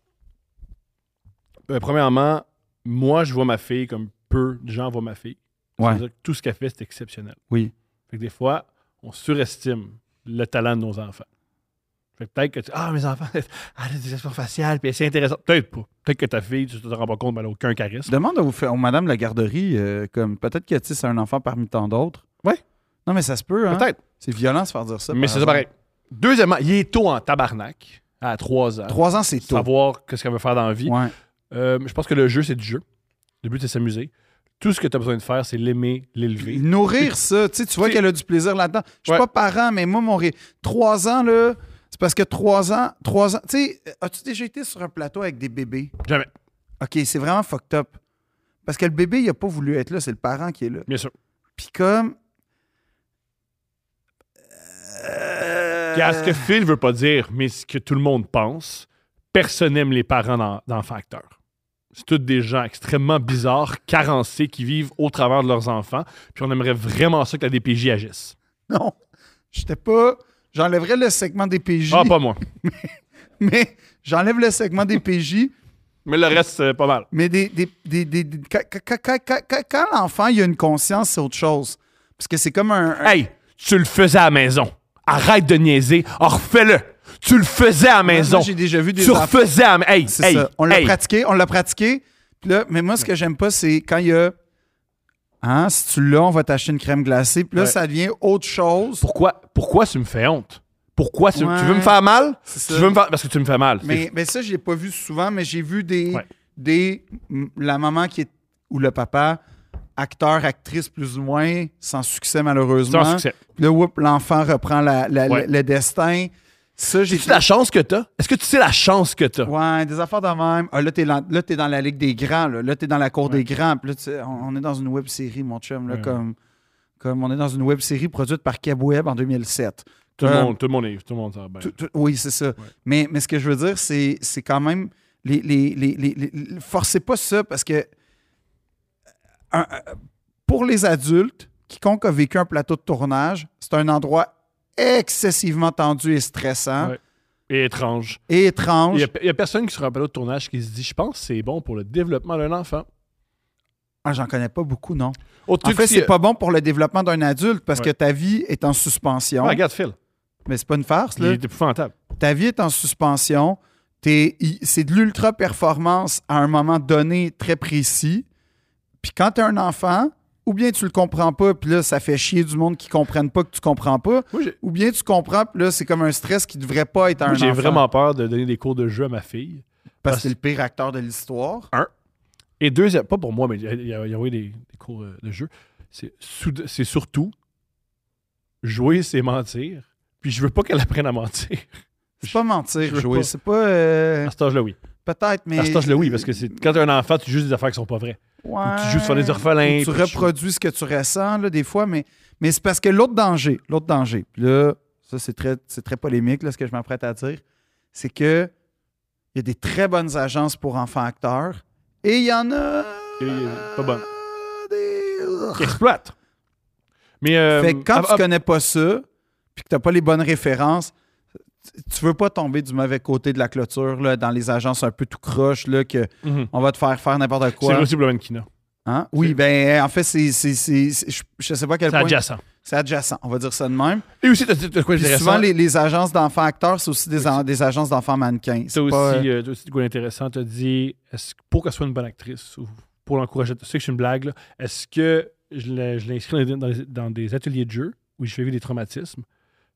S2: Euh, premièrement, moi, je vois ma fille comme peu de gens voient ma fille. Ça veut dire que tout ce qu'elle fait, c'est exceptionnel.
S1: Oui.
S2: Fait que des fois, on surestime le talent de nos enfants. Fait que peut-être que tu Ah, mes enfants, elle a des expressions faciales, puis c'est intéressant. Peut-être pas. Peut-être que ta fille, tu te rends pas compte, mais elle n'a aucun charisme.
S1: Demande aux, aux madame la garderie, euh, comme peut-être que tu sais, c'est un enfant parmi tant d'autres.
S2: Ouais.
S1: Non, mais ça se peut, hein?
S2: Peut-être.
S1: C'est violent de se faire dire ça.
S2: Mais
S1: par
S2: c'est ça
S1: exemple.
S2: pareil. Deuxièmement, il est tôt en tabarnak, à 3 ans.
S1: Trois ans, c'est tôt.
S2: Savoir qu'est-ce qu'elle veut faire dans la vie.
S1: Ouais.
S2: Euh, je pense que le jeu, c'est du jeu. Le but, c'est de s'amuser. Tout ce que tu as besoin de faire, c'est l'aimer, l'élever.
S1: Nourrir ça, tu sais, tu vois
S2: C'est-
S1: qu'elle a du plaisir là-dedans. Je suis
S2: Ouais.
S1: pas parent, mais moi, mon ré... Trois ans, là, c'est parce que trois ans, trois ans... Tu sais, euh, as-tu déjà été sur un plateau avec des bébés?
S2: Jamais.
S1: OK, c'est vraiment fucked up. Parce que le bébé, il a pas voulu être là, c'est le parent qui est là.
S2: Bien sûr.
S1: Puis comme... Euh,
S2: Puis à ce que Phil veut pas dire, mais ce que tout le monde pense, personne n'aime les parents dans, dans Facteur. C'est tous des gens extrêmement bizarres, carencés, qui vivent au travers de leurs enfants. Puis on aimerait vraiment ça que la DPJ agisse.
S1: Non, j'étais pas... J'enlèverais le segment des PJ,
S2: Ah, pas moi.
S1: mais j'enlève le segment des PJ,
S2: Mais le reste, c'est pas mal.
S1: Mais des, des- des- des- des- quand, quand- quand- quand- quand- quand l'enfant il a une conscience, c'est autre chose. Parce que c'est comme un. un-
S2: Hey, tu le faisais à la maison. Arrête de niaiser. Oh, refais-le. Tu le faisais à la maison.
S1: Moi, J'ai déjà vu des
S2: Tu
S1: enfants-
S2: refaisais à la maison. Hey,
S1: C'est
S2: hey,
S1: ça. On l'a
S2: hey.
S1: pratiqué, on l'a pratiqué. Puis là, mais moi, ce que j'aime pas, c'est quand il y a. Hein, si tu l'as, on va t'acheter une crème glacée. Puis là,
S2: Ouais.
S1: ça devient autre chose.
S2: Pourquoi, pourquoi tu me fais honte? Pourquoi tu,
S1: Ouais.
S2: tu veux me faire mal?
S1: C'est
S2: Tu
S1: ça.
S2: veux me faire... Parce que tu me fais mal.
S1: Mais, mais ça, je l'ai pas vu souvent, mais j'ai vu des.
S2: Ouais.
S1: des m- la maman qui est. ou le papa, acteur, actrice plus ou moins, sans succès
S2: C'est un
S1: malheureusement.
S2: succès.
S1: Puis là, whoop, l'enfant reprend la- la-
S2: Ouais.
S1: le, le destin. Ça, j'ai.
S2: C'est la chance que t'as. Est-ce que tu sais la chance que t'as?
S1: Ouais, des affaires de même. Ah, là, t'es lan- là, t'es dans la ligue des grands. Là, là t'es dans la cour des grands. Puis là, tu sais, on, on est dans une web série, mon chum. Là,
S2: Ouais.
S1: comme, comme on est dans une web série produite par Cab Web en 2007.
S2: Tout, le
S1: Euh,
S2: monde, tout le monde est, tout le monde s'en bat.
S1: Tout- tout- oui, c'est ça. Mais, mais ce que je veux dire, c'est c'est quand même. Les, les, les- les- les- les- forcez pas ça parce que. un- un- pour les adultes, quiconque a vécu un plateau de tournage, c'est un endroit excessivement tendu et stressant
S2: Ouais. Et étrange.
S1: et
S2: Il
S1: étrange.
S2: y, a, il y a personne qui sur un plateau de tournage qui se dit, je pense que c'est bon pour le développement d'un enfant.
S1: Ah, J'en connais pas beaucoup, non?
S2: Autre
S1: En
S2: truc
S1: fait,
S2: aussi,
S1: c'est
S2: euh,
S1: pas bon pour le développement d'un adulte parce
S2: Ouais.
S1: que ta vie est en suspension.
S2: ouais, regarde Phil.
S1: Mais c'est pas une farce,
S2: Il
S1: là.
S2: est épouvantable.
S1: Ta vie est en suspension. T'es- il- C'est de l'ultra-performance à un moment donné très précis. Puis quand t'es un enfant, ou bien tu le comprends pas, puis là, ça fait chier du monde qui comprennent pas que tu comprends pas,
S2: Moi, j'ai-
S1: ou bien tu comprends, puis là, c'est comme un stress qui devrait pas être à un
S2: moi, j'ai
S1: enfant.
S2: vraiment peur de donner des cours de jeu à ma fille.
S1: Parce que c'est le pire acteur de l'histoire.
S2: Et deuxième, pas pour moi, mais il y a, il y a- il y a eu des, des cours euh, de jeu. C'est soud- c'est surtout jouer, c'est mentir. Puis je veux pas qu'elle apprenne à mentir.
S1: C'est pas mentir,
S2: veux
S1: jouer.
S2: pas.
S1: C'est pas... euh,
S2: À cet âge-là, oui.
S1: Peut-être, mais...
S2: À cet âge-là, oui, parce que c'est- quand t'es un enfant, tu joues des affaires qui sont pas vraies.
S1: Ouais.
S2: tu joues sur des orphelins,
S1: Ou Tu
S2: puis tu-
S1: reproduis ce que tu ressens, là, des fois, mais, mais c'est parce que l'autre danger, l'autre danger, puis là, ça, c'est très, c'est très polémique, là, ce que je m'apprête à dire, c'est que il y a des très bonnes agences pour enfants acteurs et il y en a.
S2: Il y a- il y a- euh, pas bonnes. Qui
S1: Des...
S2: exploitent. Mais euh,
S1: Ah. Fait que quand
S2: ah,
S1: tu
S2: ah,
S1: connais pas ça, puis que t'as pas les bonnes références, tu- tu veux pas tomber du mauvais côté de la clôture, là, dans les agences un peu tout croche, là, que
S2: mhm.
S1: on va te faire faire n'importe
S2: c'est
S1: quoi.
S2: aussi pour le mannequinat.
S1: Hein? Oui, ben en fait, c'est, c'est- c'est- c'est- je, je sais pas à quel
S2: C'est
S1: point.
S2: adjacent.
S1: C'est adjacent, on va dire ça de même.
S2: Et aussi, t'as dit de quoi
S1: Puis
S2: intéressant.
S1: souvent, les, les agences d'enfants acteurs, c'est aussi des, en- des agences d'enfants mannequins.
S2: T'as
S1: C'est
S2: aussi,
S1: pas, euh,
S2: euh, t'as aussi de quoi d'intéressant. T'as dit, est-ce que- pour qu'elle soit une bonne actrice ou pour l'encourager, tu sais que c'est une blague, là, est-ce que je l'ai je l'ai inscrit dans, des- dans des ateliers de jeu où je fais vivre des traumatismes?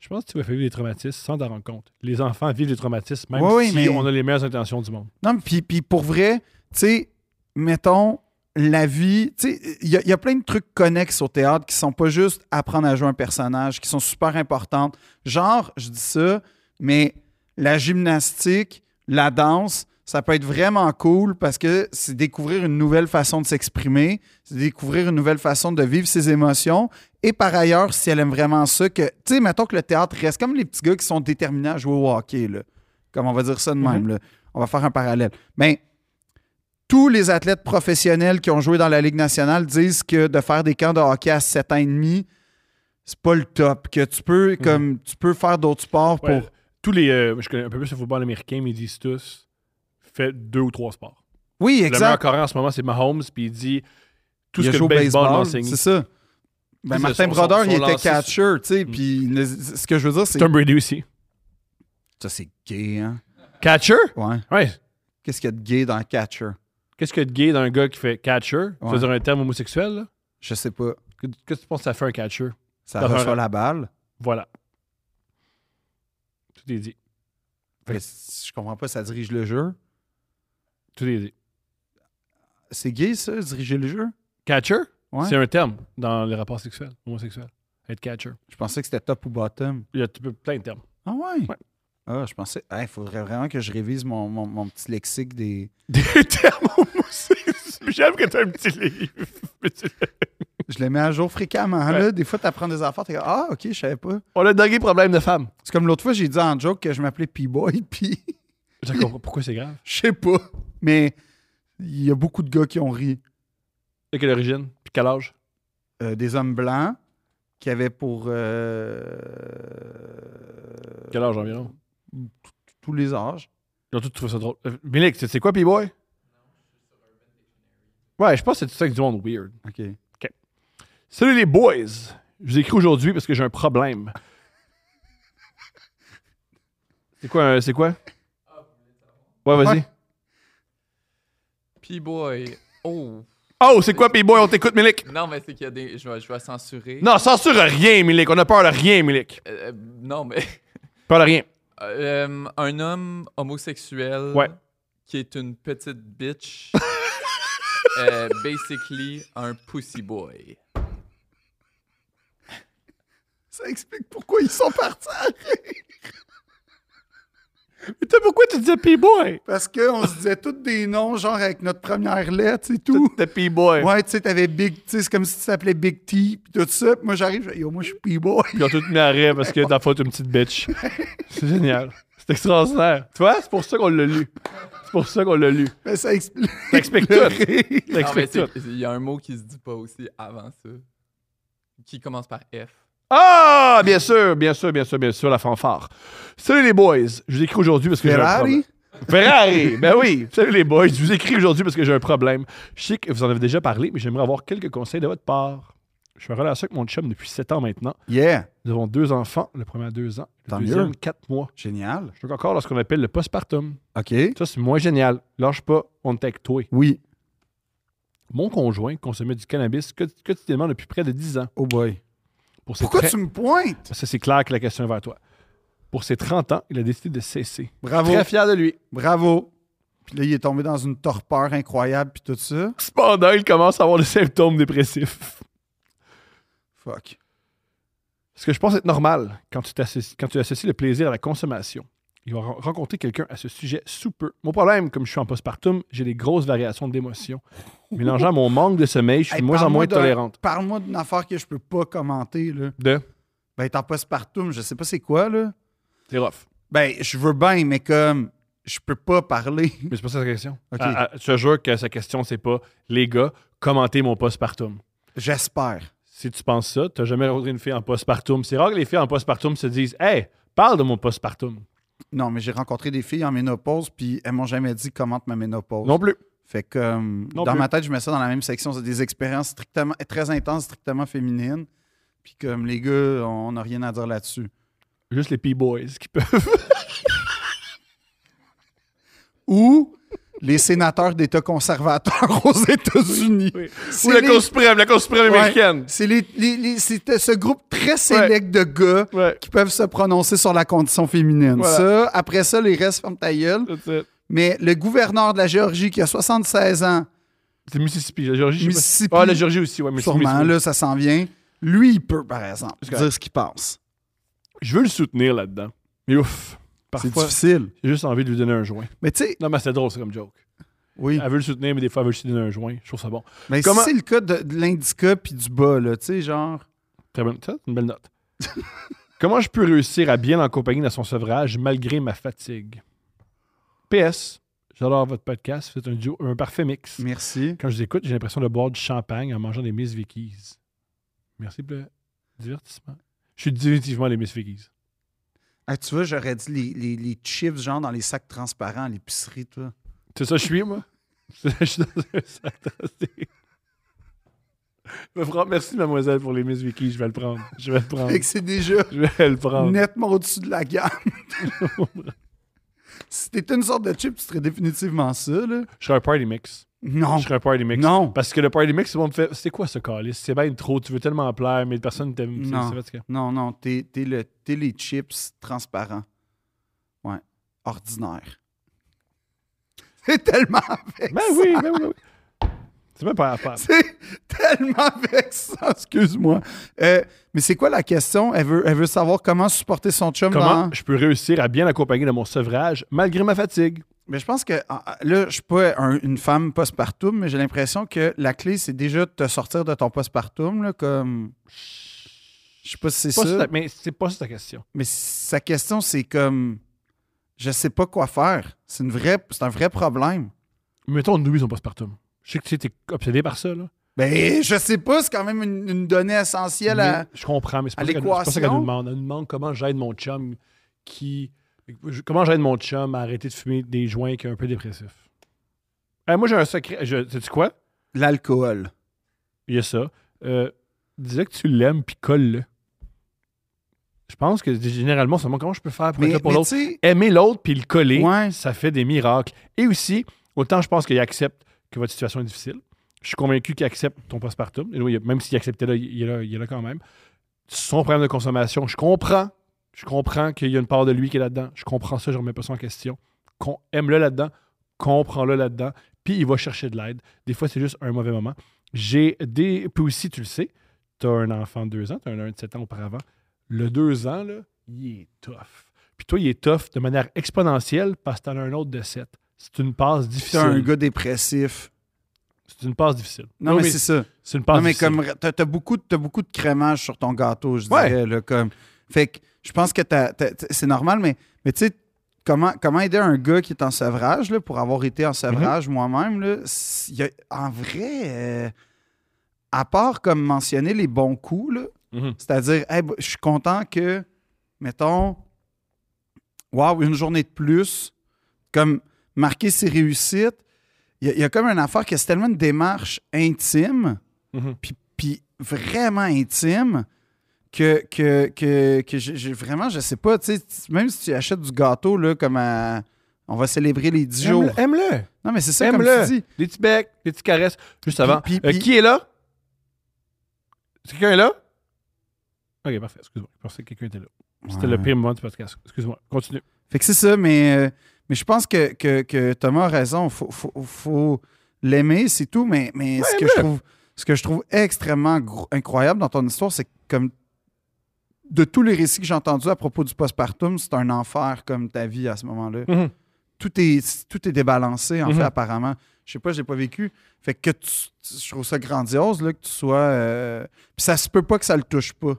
S2: Je pense que tu vas faire vivre des traumatismes sans t'en rendre compte. Les enfants vivent des traumatismes, même
S1: Oui, oui,
S2: si
S1: mais-
S2: on a les meilleures intentions du monde.
S1: Non, mais puis, puis pour vrai, tu sais, mettons la vie, tu sais, il y, a- il y a plein de trucs connexes au théâtre qui sont pas juste apprendre à jouer un personnage, qui sont super importantes. Genre, je dis ça, mais la gymnastique, la danse, ça peut être vraiment cool parce que c'est découvrir une nouvelle façon de s'exprimer, c'est découvrir une nouvelle façon de vivre ses émotions. Et par ailleurs, si elle aime vraiment ça, que, tu sais, mettons que le théâtre reste comme les petits gars qui sont déterminés à jouer au hockey, là. Comme on va dire ça de même, là. On va faire un parallèle. Mais tous les athlètes professionnels qui ont joué dans la Ligue nationale disent que de faire des camps de hockey à 7 ans et demi, c'est pas le top. Que tu peux, comme, tu peux faire d'autres sports
S2: Ouais,
S1: pour.
S2: Tous les. euh, je connais un peu plus le football américain, mais ils disent tous fait deux ou trois sports.
S1: Oui,
S2: Le meilleur
S1: exact.
S2: corps en ce moment, c'est Mahomes, puis il dit tout
S1: Il
S2: ce
S1: a
S2: que
S1: joué
S2: le
S1: au
S2: baseball, m'enseigne.
S1: c'est ça. Ben,
S2: Ils
S1: Martin
S2: sont-
S1: Brodeur,
S2: sont
S1: il était
S2: lancés sur- Mm.
S1: catcher, tu sais, puis le- ce que je veux dire, c'est...
S2: Tom Brady aussi.
S1: Ça, c'est gay, hein?
S2: Catcher?
S1: Ouais.
S2: Ouais.
S1: Qu'est-ce qu'il y a de gay dans le catcher?
S2: Qu'est-ce que de gay d'un gars qui fait catcher?
S1: Ouais.
S2: Ça veut dire un terme homosexuel, là?
S1: Je sais pas.
S2: Que- Qu'est-ce que tu penses que ça fait un catcher?
S1: Ça
S2: Dans un-
S1: reçoit la balle.
S2: Voilà. Tout est dit.
S1: Mais c- je comprends pas, ça dirige le jeu.
S2: Tout est dit.
S1: C'est gay, ça, diriger le jeu?
S2: Catcher?
S1: Ouais.
S2: C'est un terme dans les rapports sexuels, homosexuels. Être catcher.
S1: Je pensais que c'était top ou bottom.
S2: Il y a t- plein de termes.
S1: Ah ouais?
S2: Ouais.
S1: Ah, je pensais... Il faudrait vraiment que je révise mon, mon- mon petit lexique des...
S2: Des termes homosexuels. J'aime que tu un petit livre.
S1: Je les mets à jour fréquemment,
S2: Ouais.
S1: là. Des fois, t'apprends des affaires, t'es comme « Ah, OK, je savais pas.
S2: On a dingué problème de femmes. »
S1: C'est comme l'autre fois, j'ai dit en joke que je m'appelais P-Boy, puis...
S2: Je comprends pourquoi c'est grave.
S1: Je sais pas. Mais il y a beaucoup de gars qui ont ri.
S2: De quelle origine? Puis quel âge?
S1: Euh, des hommes blancs qui avaient pour euh,
S2: Quel âge environ?
S1: tous les âges.
S2: Ils ont tous trouvé ça drôle. Euh, Milik, tu sais quoi, P-Boy? Ouais, je pense que c'est tout ça avec du monde weird.
S1: OK.
S2: Salut les boys! Je vous écris aujourd'hui parce que j'ai un problème. c'est quoi? un- C'est quoi? Ouais, vas-y.
S1: Ouais.
S3: P-Boy. Oh.
S2: Oh, c'est quoi, P-Boy? On t'écoute, Milik!
S3: Non, mais c'est qu'il y a des. Je vais, je vais censurer.
S2: Non, censure rien, Milik. On a peur de rien, Milik.
S3: Euh, euh, non, mais.
S2: Peur de rien.
S3: Euh, un homme homosexuel.
S2: Ouais.
S3: Qui est une petite bitch. euh, basically, un pussy boy.
S1: Ça explique pourquoi ils sont partis.
S2: Putain, pourquoi tu disais P-Boy?
S1: Parce qu'on se disait tous des noms, genre avec notre première lettre et tout.
S2: T'es P-Boy.
S1: Ouais, tu sais, t'avais Big, tu sais, c'est comme si tu t'appelais Big T, puis tout ça. Puis moi, j'arrive, je fais, yo, moi, je suis P-Boy.
S2: Puis ils ont tout mis à rire parce que t'as faute une petite bitch. C'est génial. C'est extraordinaire. Tu vois, c'est pour ça qu'on l'a lu. C'est pour ça qu'on l'a lu.
S1: Mais ça explique.
S2: T'expliques
S1: le
S2: tout.
S1: rire.
S3: Non, mais
S2: T'expliques
S3: c'est-
S2: tout.
S3: Il y a un mot qui se dit pas aussi avant ça. Qui commence par F.
S2: Ah, bien sûr, bien sûr, bien sûr, bien sûr, la fanfare. Salut les boys. Je vous écris aujourd'hui parce que j'ai un problème.
S1: Ferrari?
S2: Ferrari, ben oui. Salut les boys. Je vous écris aujourd'hui parce que j'ai un problème. Je sais que vous en avez déjà parlé, mais j'aimerais avoir quelques conseils de votre part. Je suis en relation avec mon chum depuis 7 ans maintenant.
S1: Yeah.
S2: Nous avons deux enfants, le premier a deux ans, le
S1: Tant
S2: deuxième
S1: mieux.
S2: quatre mois.
S1: Génial.
S2: Je suis encore dans ce qu'on appelle le postpartum.
S1: OK.
S2: Ça, c'est moins génial. Lâche pas, on est avec toi.
S1: Oui.
S2: Mon conjoint consommait du cannabis quo- quotidiennement depuis près de 10 ans.
S1: Oh boy.
S2: Pour ses
S1: Pourquoi
S2: tre-
S1: tu me pointes?
S2: Ça, c'est clair que la question est vers toi. Pour ses 30 ans, il a décidé de cesser.
S1: Bravo.
S2: Très fier de lui.
S1: Bravo. Puis là, il est tombé dans une torpeur incroyable, puis tout ça.
S2: Cependant, il commence à avoir des symptômes dépressifs.
S1: Fuck.
S2: Ce que je pense être normal quand tu, t'associes- quand tu associes le plaisir à la consommation. Il va ren- rencontrer quelqu'un à ce sujet sous peu. Mon problème, comme je suis en postpartum, j'ai des grosses variations d'émotions. Mélangeant mon manque de sommeil, je suis
S1: Hey,
S2: de moins en
S1: parle-moi
S2: moins
S1: d'un-
S2: tolérante.
S1: Parle-moi d'une affaire que je peux pas commenter, là.
S2: De?
S1: Ben, t'en passes partout, je sais pas c'est quoi, là.
S2: C'est rough.
S1: Ben, je veux bien, mais comme, je peux pas parler.
S2: Mais c'est pas ça sa question.
S1: Ok.
S2: Ah, ah, je te jure que sa question, c'est pas les gars, commentez mon postpartum.
S1: J'espère.
S2: Si tu penses ça, t'as jamais rencontré une fille en postpartum. C'est rare que les filles en postpartum se disent Hey, parle de mon postpartum.
S1: Non, mais j'ai rencontré des filles en ménopause, puis elles m'ont jamais dit commente ma ménopause.
S2: Non plus.
S1: Fait que, euh,
S2: Non
S1: dans
S2: plus.
S1: ma tête, je mets ça dans la même section. C'est des expériences strictement, très intenses, strictement féminines. Puis comme les gars, on n'a rien à dire là-dessus.
S2: Juste les P-Boys qui peuvent.
S1: Ou les sénateurs d'État conservateurs aux États-Unis.
S2: Oui.
S1: C'est
S2: Ou la
S1: les-
S2: Cour suprême, la Cour suprême
S1: Ouais.
S2: américaine.
S1: C'est les- les- les- c'est ce groupe très sélect de gars
S2: Ouais.
S1: qui peuvent se prononcer sur la condition féminine.
S2: Voilà.
S1: Ça, après ça, les restes ferment ta gueule.
S2: That's it.
S1: Mais le gouverneur de la Géorgie qui a 76 ans,
S2: C'est Mississippi, la Géorgie. je sais pas.
S1: Mississippi.
S2: Ah, la Géorgie aussi, ouais, Mississippi.
S1: sûrement,
S2: Mississippi.
S1: là, ça s'en vient. Lui, il peut, par exemple,
S2: C'est correct.
S1: dire ce qu'il pense.
S2: Je veux le soutenir là-dedans. Mais ouf,
S1: C'est
S2: Parfois,
S1: difficile.
S2: j'ai juste envie de lui donner un joint.
S1: Mais tu sais,
S2: Non, mais c'est drôle, c'est comme joke.
S1: oui.
S2: Elle veut le soutenir, mais des fois, elle veut juste lui donner un joint. Je trouve ça bon.
S1: Mais
S2: Comment-
S1: si c'est le cas de, de l'indica puis du bas, là, tu sais, genre.
S2: Très bonne ça, c'est une belle note. Comment je peux réussir à bien l'accompagner dans son sevrage malgré ma fatigue? PS, j'adore votre podcast. C'est un duo, un parfait mix.
S1: Merci.
S2: Quand je vous écoute, j'ai l'impression de boire du champagne en mangeant des Miss Vickies. Merci pour le divertissement. Je suis définitivement les Miss Vickies.
S1: Ah, tu vois, j'aurais dit les, les, les chips, genre, dans les sacs transparents à l'épicerie, toi.
S2: C'est ça que je suis, moi? je suis dans un sac tracé. Je vais prendre- Merci, mademoiselle, pour les Miss Vickies. Je vais le prendre. Je vais le prendre.
S1: Fait que c'est déjà
S2: Je vais le prendre.
S1: nettement au-dessus de la gamme. si t'étais une sorte de chip, tu serais définitivement ça, là.
S2: Je serai un party mix.
S1: Non.
S2: Je serai un party mix.
S1: Non.
S2: Parce que le party mix, on me fait c'est quoi ce calice? C'est bien trop, tu veux tellement plaire, mais personne t'aime. C'est-
S1: Non.
S2: c'est fatigant.
S1: Non, non, t'es t'es le, t'es les chips transparents. Ouais. Ordinaire. C'est tellement vexant.
S2: Ben oui, ben oui, ben oui. C'est même pas à faire.
S1: C'est tellement vexant, excuse-moi. Euh, mais c'est quoi la question? Elle veut, elle veut savoir comment supporter son chum
S2: Comment
S1: dans-
S2: je peux réussir à bien l'accompagner dans mon sevrage malgré ma fatigue?
S1: Mais je pense que ah, ah, là, je suis pas un- une femme postpartum, mais j'ai l'impression que la clé, c'est déjà de te sortir de ton postpartum, là, comme... Je sais pas si c'est
S2: Pas
S1: ça.
S2: ça, ta- mais c'est pas ça ta question.
S1: Mais sa question, c'est comme je sais pas quoi faire. C'est une vraie, c'est un vrai problème.
S2: Mettons, on oublie son postpartum. Je sais que tu sais, t'es obsédé par ça, là.
S1: Ben, je sais pas, c'est quand même une, une donnée essentielle à.
S2: Mais je comprends, mais c'est pas,
S1: à
S2: ça qu'elle- c'est pas ça qu'elle
S1: l'équation.
S2: nous demande. Elle nous demande comment j'aide mon chum qui. je- Comment j'aide mon chum à arrêter de fumer des joints qui est un peu dépressif. Eh, moi, j'ai un secret. Je, sais-tu quoi?
S1: L'alcool.
S2: Il y a ça. Euh, disais que tu l'aimes, puis colle-le. Je pense que généralement, c'est moi, comment je peux faire pour être
S1: Mais,
S2: là pour
S1: mais
S2: l'autre?
S1: tu sais,
S2: Aimer l'autre, puis le coller,
S1: Ouais.
S2: ça fait des miracles. Et aussi, autant je pense qu'il accepte que votre situation est difficile. Je suis convaincu qu'il accepte ton postpartum. Et oui, Même s'il acceptait là, il est là, il est là quand même. Son problème de consommation, je comprends. Je comprends qu'il y a une part de lui qui est là-dedans. Je comprends ça, je remets pas ça en question. Qu'on aime-le là-dedans, comprends-le là-dedans, puis il va chercher de l'aide. Des fois, c'est juste un mauvais moment. J'ai des. Puis aussi, tu le sais, tu as un enfant de 2 ans, tu as un, un de 7 ans auparavant. Le 2 ans, là, il est tough. Puis toi, il est tough de manière exponentielle parce que tu en as un autre de 7. C'est une passe
S1: t'es
S2: difficile.
S1: un gars dépressif.
S2: C'est une passe difficile.
S1: Non, mais, c'est ça.
S2: c'est une passe
S1: Non, mais
S2: difficile.
S1: comme t'as as beaucoup, de- t'as beaucoup de crémage sur ton gâteau, je
S2: Ouais.
S1: dirais. là, comme. Fait que je pense que t'as- t'as- t'as- c'est normal, mais, mais tu sais, comment, comment aider un gars qui est en sevrage, là, pour avoir été en sevrage
S2: Mm-hmm.
S1: moi-même, là, c'est- il y a- en vrai, euh, à part comme mentionner les bons coups, là,
S2: Mhm.
S1: C'est-à-dire, Hey, bah, je suis content que, mettons, waouh, une journée de plus, comme marquer ses réussites. Il y, a- il y a comme une affaire que c'est tellement une démarche intime,
S2: Mhm.
S1: puis- puis vraiment intime, que, que, que, que j'ai- j'ai vraiment, je sais pas, tu sais, même si tu achètes du gâteau, là, comme à- on va célébrer les 10 jours.
S2: Aime-le. aime-le.
S1: Non, mais c'est ça, comme
S2: Aime-le.
S1: tu dis.
S2: Des petits becs, des petites caresses. Juste avant.
S1: puis-
S2: Euh,
S1: puis-
S2: Qui est là? Est-ce que quelqu'un est là? Ok, parfait. Excuse-moi. Je pensais que quelqu'un était là. C'était le
S1: Ouais.
S2: pire moment du podcast. Excuse-moi. Continue.
S1: Fait que c'est ça, mais, euh, mais je pense que, que, que Thomas a raison. Faut, faut, faut l'aimer, c'est tout. Mais, mais ce, que
S2: aime-le.
S1: je trouve, ce que je trouve extrêmement gro- incroyable dans ton histoire, c'est que comme de tous les récits que j'ai entendus à propos du postpartum, c'est un enfer comme ta vie à ce moment-là.
S2: Mhm.
S1: Tout est, tout est débalancé, en
S2: Mhm.
S1: fait, apparemment. Je sais pas, je l'ai pas vécu. Fait que tu- tu- je trouve ça grandiose là, que tu sois. euh, Puis ça se peut pas que ça le touche pas,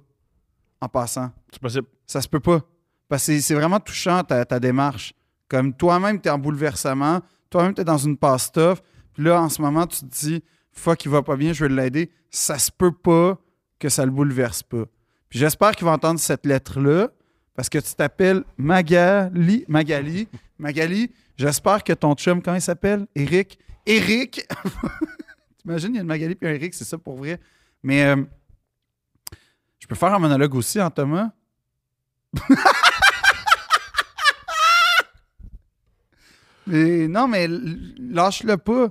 S1: en passant.
S2: C'est possible.
S1: Ça se peut pas. Parce que c'est- c'est vraiment touchant ta, ta démarche. Comme toi-même, tu es en bouleversement, toi-même, tu es dans une passe tough. Puis là, en ce moment, tu te dis, fuck, il va pas bien, je vais l'aider. Ça se peut pas que ça le bouleverse pas. Puis j'espère qu'il va entendre cette lettre-là, parce que tu t'appelles Magali. Magali, Magali, j'espère que ton chum, quand il s'appelle Eric, Eric, t'imagines, il y a une Magali puis un Eric, c'est ça pour vrai. Mais euh, je peux faire un monologue aussi, hein, Thomas? Mais non, mais l- lâche-le pas.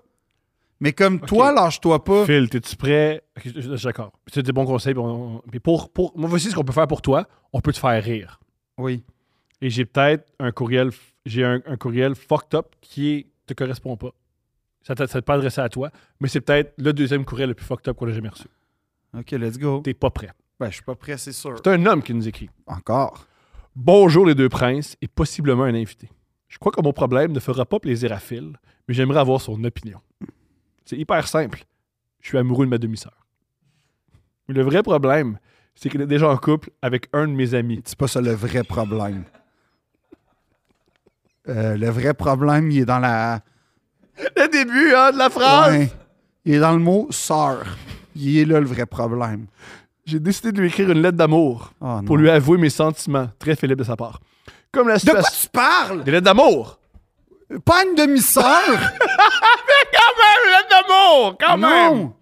S1: Mais comme toi, lâche-toi pas.
S2: Phil, es-tu prêt? Ok, je- je- D'accord. Puis C'est des bons conseils. puis on- on- puis pour, pour, moi, voici ce qu'on peut faire pour toi. On peut te faire rire.
S1: Oui.
S2: Et j'ai peut-être un courriel, f- j'ai un, un courriel fucked up qui ne te correspond pas. Ça ne t'est pas adressé à toi, mais c'est peut-être le deuxième courriel le plus fucked up qu'on a jamais reçu.
S1: OK, let's go.
S2: T'es pas prêt.
S1: Ben, je suis pas prêt, c'est sûr.
S2: C'est un homme qui nous écrit.
S1: Encore.
S2: Bonjour les deux princes et possiblement un invité. Je crois que mon problème ne fera pas plaisir à Phil, mais j'aimerais avoir son opinion. C'est hyper simple. Je suis amoureux de ma demi-sœur. Mais le vrai problème, c'est qu'elle est déjà en couple avec un de mes amis.
S1: C'est pas ça le vrai problème. Euh, le vrai problème, il est dans la.
S2: Le début hein, de la phrase!
S1: Ouais. il est dans le mot sœur. Il est là le vrai problème.
S2: J'ai décidé de lui écrire une lettre d'amour
S1: Oh, non.
S2: pour lui avouer mes sentiments. Très Philippe de sa part. Comme la
S1: De quoi tu
S2: situation.
S1: parles?
S2: Des lettres d'amour!
S1: Pas une demi-sœur!
S2: Quand même, une lettre d'amour! Quand même!
S1: non!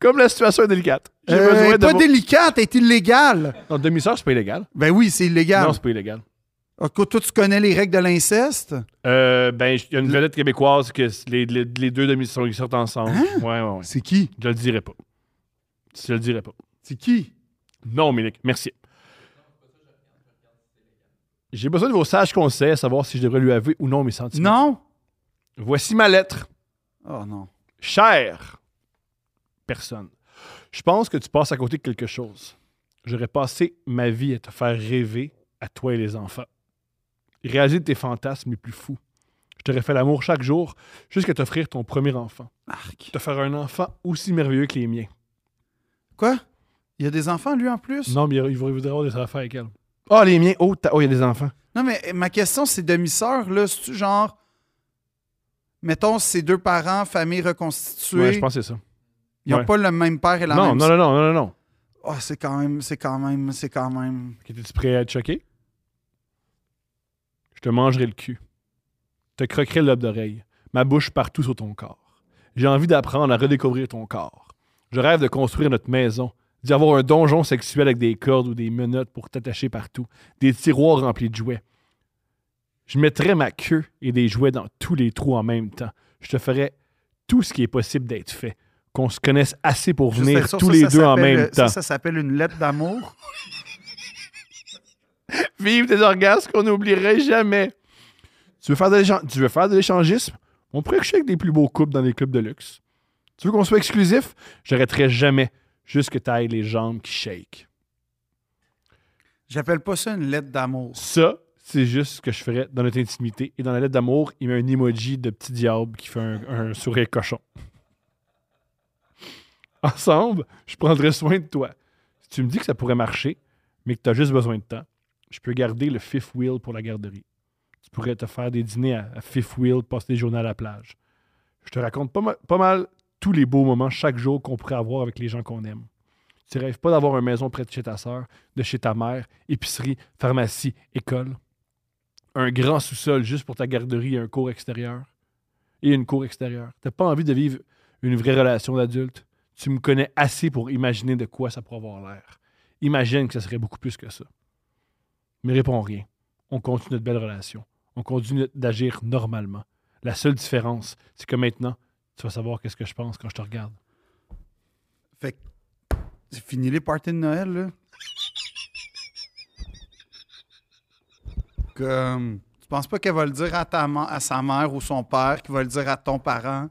S2: Comme la situation est délicate. J'ai
S1: Euh, elle
S2: besoin
S1: est
S2: de.
S1: pas
S2: vo-
S1: délicate, elle est illégale.
S2: Non, demi-sœur, c'est pas illégal.
S1: Ben oui, c'est illégal.
S2: Non, c'est pas illégal.
S1: Ah, quoi, toi, tu connais les règles de l'inceste?
S2: Euh, ben, il y a une vedette québécoise que c- les, les- les deux demi-sœurs ils sortent ensemble. Ouais, ouais, ouais.
S1: C'est qui?
S2: Je le dirai pas. Je le dirai pas.
S1: C'est qui?
S2: Non, Milik, merci. J'ai besoin de vos sages conseils à savoir si je devrais lui avouer ou non mes sentiments.
S1: Non?
S2: Voici ma lettre.
S1: Oh non.
S2: Cher personne, je pense que tu passes à côté de quelque chose. J'aurais passé ma vie à te faire rêver à toi et les enfants. Réaliser tes fantasmes les plus fous. Je t'aurais fait l'amour chaque jour jusqu'à t'offrir ton premier enfant.
S1: Arc.
S2: Te faire un enfant aussi merveilleux que les miens.
S1: Quoi? Il y a des enfants, lui, en plus?
S2: Non, mais il voudrait avoir des affaires avec elle. Ah, les miens. Oh, t'as- oh, il y a des enfants.
S1: Non, mais ma question, c'est demi-sœur, là. C'est-tu genre. Mettons, c'est deux parents, famille reconstituée.
S2: Ouais, je pense que c'est ça.
S1: Ils n'ont
S2: ouais.
S1: pas le même père et la
S2: Non,
S1: même
S2: non, non, non, non, non, non.
S1: Ah, c'est quand même, c'est quand même, c'est quand même.
S2: Étais-tu prêt à être choqué? Je te mangerai le cul. Te croquerai le lobe d'oreille. Ma bouche partout sur ton corps. J'ai envie d'apprendre à redécouvrir ton corps. Je rêve de construire notre maison, d'y avoir un donjon sexuel avec des cordes ou des menottes pour t'attacher partout, des tiroirs remplis de jouets. Je mettrai ma queue et des jouets dans tous les trous en même temps. Je te ferai tout ce qui est possible d'être fait. Qu'on se connaisse assez pour
S1: Juste
S2: venir
S1: être sûr,
S2: tous
S1: ça,
S2: les
S1: ça
S2: deux en
S1: s'appelle-
S2: même
S1: ça,
S2: temps.
S1: ça s'appelle une lettre d'amour.
S2: Vive des orgasmes qu'on n'oublierait jamais. Tu veux faire de l'échan- tu veux faire de l'échangisme? On pourrait coucher avec des plus beaux couples dans les clubs de luxe. Tu veux qu'on soit exclusif? J'arrêterai jamais. Juste que t'ailles les jambes qui shake.
S1: J'appelle pas ça une lettre d'amour.
S2: Ça, c'est juste ce que je ferais dans notre intimité. Et dans la lettre d'amour, il met un emoji de petit diable qui fait un, un sourire cochon. Ensemble, je prendrai soin de toi. Si tu me dis que ça pourrait marcher, mais que tu as juste besoin de temps, je peux garder le fifth wheel pour la garderie. Tu pourrais te faire des dîners à, à fifth wheel, passer des journées à la plage. Je te raconte pas, ma- pas mal tous les beaux moments chaque jour qu'on pourrait avoir avec les gens qu'on aime. Tu rêves pas d'avoir une maison près de chez ta sœur, de chez ta mère, épicerie, pharmacie, école. Un grand sous-sol juste pour ta garderie et un cours extérieur. Et une cour extérieure. T'as pas envie de vivre une vraie relation d'adulte. Tu me connais assez pour imaginer de quoi ça pourrait avoir l'air. Imagine que ça serait beaucoup plus que ça. Mais réponds rien. On continue notre belle relation. On continue d'agir normalement. La seule différence, c'est que maintenant, tu vas savoir qu'est-ce que je pense quand je te regarde.
S1: Fait que c'est fini les parties de Noël là. Comme hum, tu penses pas qu'elle va le dire à ta ma- à sa mère ou son père, qu'il va le dire à ton parent.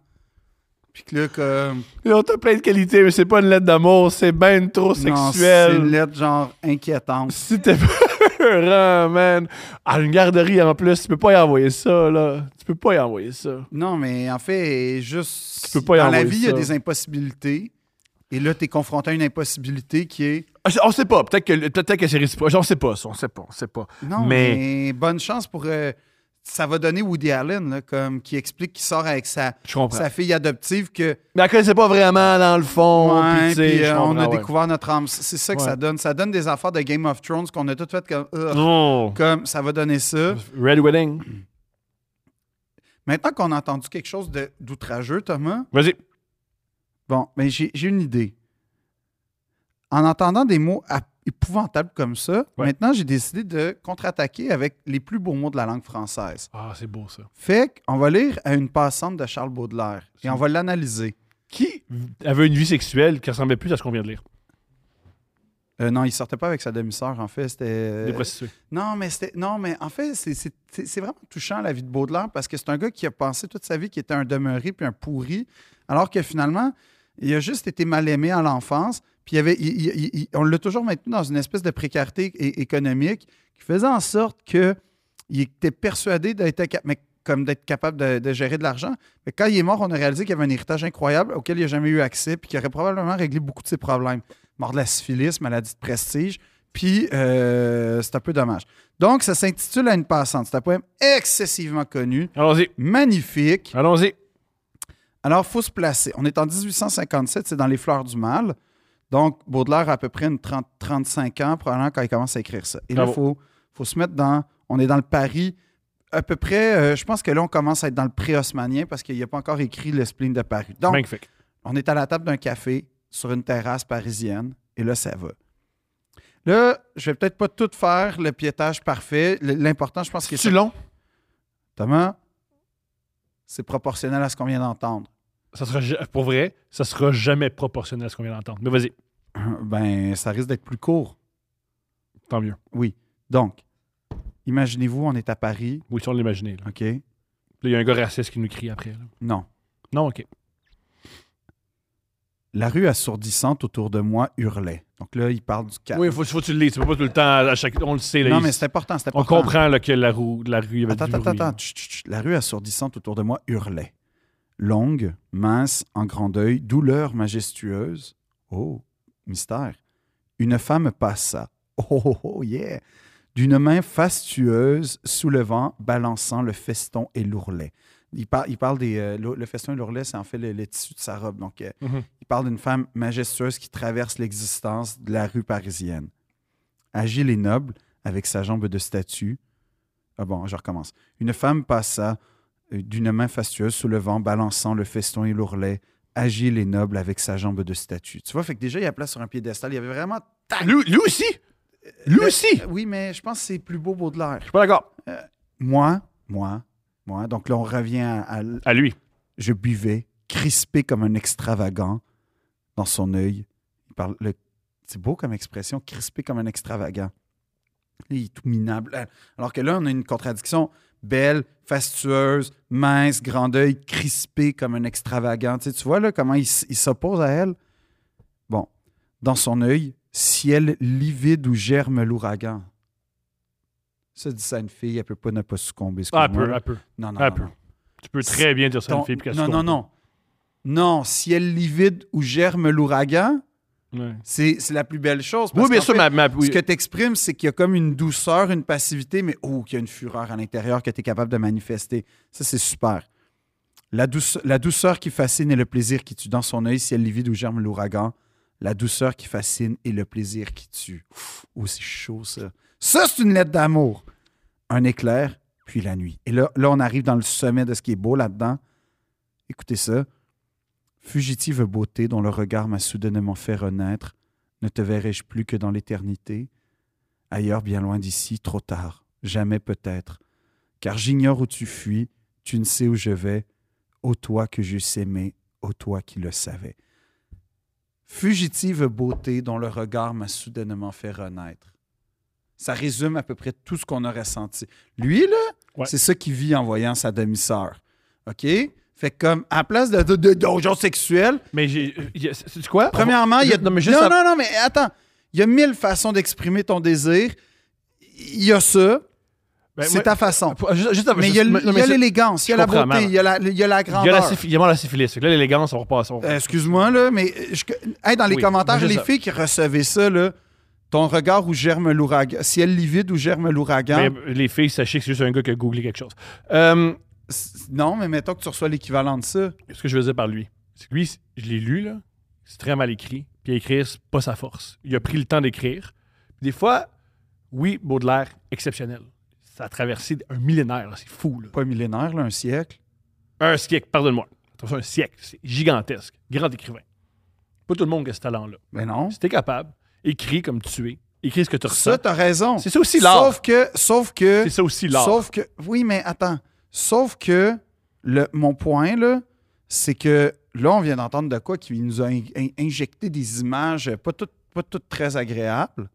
S1: Puis que hum, là comme
S2: Et on t'a plein de qualités, mais c'est pas une lettre d'amour, c'est ben trop
S1: non,
S2: sexuel.
S1: c'est une lettre genre inquiétante.
S2: Si t'es peurant, man. À une garderie en plus, tu peux pas y envoyer ça, là. Tu peux pas y envoyer ça.
S1: Non, mais en fait, juste.
S2: Tu peux pas y
S1: Dans la
S2: envoyer
S1: vie, il y a
S2: ça.
S1: des impossibilités. Et là, tu es confronté à une impossibilité qui est.
S2: Ah, c'est- On sait pas. Peut-être que, peut que c'est réciproque. On sait pas, ça. On sait pas. On sait pas.
S1: Non, mais,
S2: Mais-
S1: bonne chance pour. euh, ça va donner Woody Allen, là, comme, qui explique qu'il sort avec sa,
S2: Je comprends.
S1: sa fille adoptive, que.
S2: Mais elle connaissait pas vraiment dans le fond.
S1: Ouais,
S2: puis, tu sais,
S1: puis,
S2: je
S1: euh,
S2: comprends,
S1: on a
S2: ouais.
S1: découvert notre âme. C'est ça que
S2: Ouais.
S1: ça donne. Ça donne des affaires de Game of Thrones qu'on a toutes faites comme. Ugh.
S2: Oh.
S1: Comme, ça va donner ça.
S2: Red Wedding.
S1: Maintenant qu'on a entendu quelque chose de- d'outrageux, Thomas,
S2: Vas-y.
S1: Bon, mais j'ai j'ai une idée. En entendant des mots ap- épouvantables comme ça,
S2: Ouais.
S1: maintenant j'ai décidé de contre-attaquer avec les plus beaux mots de la langue française.
S2: Ah, c'est beau, ça.
S1: Fait qu'on va lire à une passante de Charles Baudelaire et on va l'analyser.
S2: Qui avait une vie sexuelle qui ressemblait plus à ce qu'on vient de lire?
S1: Euh, non, il sortait pas avec sa demi-sœur, en fait. C'était.
S2: Des
S1: euh,
S2: prostituées.
S1: Non, mais c'était. Non, mais en fait, c'est- c'est c'est- c'est vraiment touchant la vie de Baudelaire parce que c'est un gars qui a pensé toute sa vie qu'il était un demeuré puis un pourri, alors que finalement, il a juste été mal aimé à l'enfance. Puis il y avait, il- il- il- il- on l'a toujours maintenu dans une espèce de précarité é- économique qui faisait en sorte que il était persuadé d'être cap- mais comme d'être capable de, de gérer de l'argent. Mais quand il est mort, on a réalisé qu'il y avait un héritage incroyable auquel il n'a jamais eu accès, puis qui aurait probablement réglé beaucoup de ses problèmes. Mort de la syphilis, maladie de prestige, puis euh, c'est un peu dommage. Donc, ça s'intitule À une passante. C'est un poème excessivement connu,
S2: Allons-y.
S1: magnifique.
S2: Allons-y.
S1: Alors, il faut se placer. On est en 1857, c'est dans Les Fleurs du Mal. Donc, Baudelaire a à peu près une 30, 35 ans, probablement, quand il commence à écrire ça. Et là, il
S2: Bravo.
S1: faut, faut se mettre dans. On est dans le Paris. À peu près, euh, je pense que là, on commence à être dans le pré-haussmanien parce qu'il n'a pas encore écrit le spleen de Paris. Donc,
S2: Magnifique.
S1: on est à la table d'un café sur une terrasse parisienne et là, ça va. Là, je vais peut-être pas tout faire, le piétage parfait. L- L'important, je pense que
S2: C'est long.
S1: Thomas, c'est proportionnel à ce qu'on vient d'entendre.
S2: Ça sera, ja- pour vrai, ça sera jamais proportionnel à ce qu'on vient d'entendre. Mais vas-y,
S1: Ben, ça risque d'être plus court.
S2: tant mieux.
S1: Oui. Donc, imaginez-vous, on est à Paris,
S2: Oui, si on l'imaginait. là.
S1: OK?
S2: Là, Il y a un gars raciste qui nous crie après. là.
S1: Non.
S2: Non, OK.
S1: La rue assourdissante autour de moi hurlait. Donc là, il parle du calme.
S2: Oui, il faut, faut que tu le lises. Tu peux pas tout le temps, à chaque... on le sait. Là,
S1: non,
S2: il-
S1: mais c'est important, c'est
S2: on
S1: important.
S2: comprend là, que la, roue, la rue, il y avait
S1: Attends,
S2: du
S1: attends,
S2: bruit.
S1: attends. Chut, chut, chut. La rue assourdissante autour de moi hurlait. Longue, mince, en grand deuil, douleur majestueuse. Oh, mystère. Une femme passa. Oh, oh, oh, yeah. D'une main fastueuse, soulevant, balançant le feston et l'ourlet. Il, par- il parle des. euh, l'our- le feston et l'ourlet, c'est en fait le, le tissu de sa robe. Donc, euh,
S2: Mhm.
S1: il parle d'une femme majestueuse qui traverse l'existence de la rue parisienne. Agile et noble, avec sa jambe de statue. Ah bon, je recommence. Une femme passa euh, d'une main fastueuse sous le vent, balançant le feston et l'ourlet, agile et noble avec sa jambe de statue. Tu vois, fait que déjà, il y a place sur un piédestal. Il y avait vraiment.
S2: Lui, lui aussi! Lui aussi!
S1: Oui, mais Euh, je pense que c'est plus beau Baudelaire.
S2: Je suis pas d'accord.
S1: Moi, moi, moi. Donc là, on revient à, à-
S2: À lui.
S1: Je buvais, crispé comme un extravagant, dans son œil. Il parle- le- C'est beau comme expression, crispé comme un extravagant. Il est tout minable. Euh, Alors que là, on a une contradiction belle, fastueuse, mince, grand œil, crispé comme un extravagant. Tu, sais, tu vois là comment il, s- il s'oppose à elle? Bon, dans son œil, ciel livide où germe l'ouragan. Ça dit ça à une fille, elle peut pas ne pas succomber.
S2: Ah, un
S1: excuse-moi,
S2: peu,
S1: là.
S2: un peu,
S1: Non, non,
S2: un
S1: non,
S2: peu.
S1: non.
S2: Tu peux très bien dire ça à
S1: Ton-
S2: une fille. puis qu'elle se
S1: non, non,
S2: trompe.
S1: non. Non, ciel livide où germe l'ouragan,
S2: Ouais.
S1: c'est c'est la plus belle chose. parce
S2: Oui, bien
S1: qu'en
S2: sûr,
S1: fait,
S2: ma, ma- oui.
S1: Ce que tu exprimes, c'est qu'il y a comme une douceur, une passivité, mais oh, qu'il y a une fureur à l'intérieur que tu es capable de manifester. Ça, c'est super. La, douce- la douceur qui fascine et le plaisir qui tue. Dans son œil, ciel livide où germe l'ouragan, la douceur qui fascine et le plaisir qui tue. Ouf, oh, c'est chaud, ça. Ça, c'est une lettre d'amour. Un éclair, puis la nuit. Et là, là, on arrive dans le sommet de ce qui est beau là-dedans. Écoutez ça. Fugitive beauté dont le regard m'a soudainement fait renaître, ne te verrai-je plus que dans l'éternité Ailleurs, bien loin d'ici, trop tard, jamais peut-être. Car j'ignore où tu fuis, tu ne sais où je vais, ô toi que j'eusse aimé, ô toi qui le savais. Fugitive beauté dont le regard m'a soudainement fait renaître. Ça résume à peu près tout ce qu'on aurait senti. Lui, là,
S2: Ouais.
S1: c'est ça qui vit en voyant sa demi-sœur. OK? Fait que comme, à place de, de, de- d'onjon sexuel,
S2: Mais j'ai. euh, C'est quoi?
S1: Premièrement, il y a.
S2: Non, mais juste
S1: non,
S2: à-
S1: non, non, mais attends. Il y a mille façons d'exprimer ton désir. Il y a ça.
S2: Ben,
S1: c'est
S2: moi-
S1: ta façon.
S2: Faut- juste- juste-
S1: Mais il y a
S2: juste-
S1: l-
S2: non,
S1: il y
S2: mais
S1: a
S2: c'est-
S1: l'élégance, il y a
S2: je
S1: la
S2: comprends,
S1: beauté,
S2: man.
S1: il y a la, il y a la
S2: Il y a la
S1: grandeur.
S2: syphilis. Il y a mort la syphilis. Fait que Là, l'élégance, on repasse. on-
S1: Euh, Excuse-moi, là, mais euh, je- hey, dans les
S2: Oui,
S1: commentaires,
S2: mais je
S1: les
S2: sais.
S1: filles qui recevaient ça, là, ton regard où germe l'ouragan, ciel livide où germe l'ouragan.
S2: Mais les filles, sachez que c'est juste un gars qui a googlé quelque chose. Euh,
S1: c- Non, mais mettons que tu reçois l'équivalent de ça.
S2: ce que je veux dire par lui, c'est que lui, c- je l'ai lu, là. C'est très mal écrit. Puis écrire, c'est pas sa force. Il a pris le temps d'écrire. Puis Des fois, oui, Baudelaire, exceptionnel. Ça a traversé un millénaire, là, c'est fou. Là.
S1: Pas millénaire, là, un siècle.
S2: Un siècle, pardonne-moi. Attention, un siècle, c'est gigantesque. Grand écrivain. Pas tout le monde qui a ce talent-là.
S1: Mais non.
S2: Si t'es capable, écris comme tu es. Écris ce que tu ressens.
S1: Ça, t'as raison.
S2: C'est ça aussi l'art.
S1: Sauf que, sauf que.
S2: C'est ça aussi l'art.
S1: Sauf que, oui, mais attends. Sauf que le, mon point, là, c'est que là, on vient d'entendre de quoi qui nous a in- in- injecté des images pas toutes, pas toutes très agréables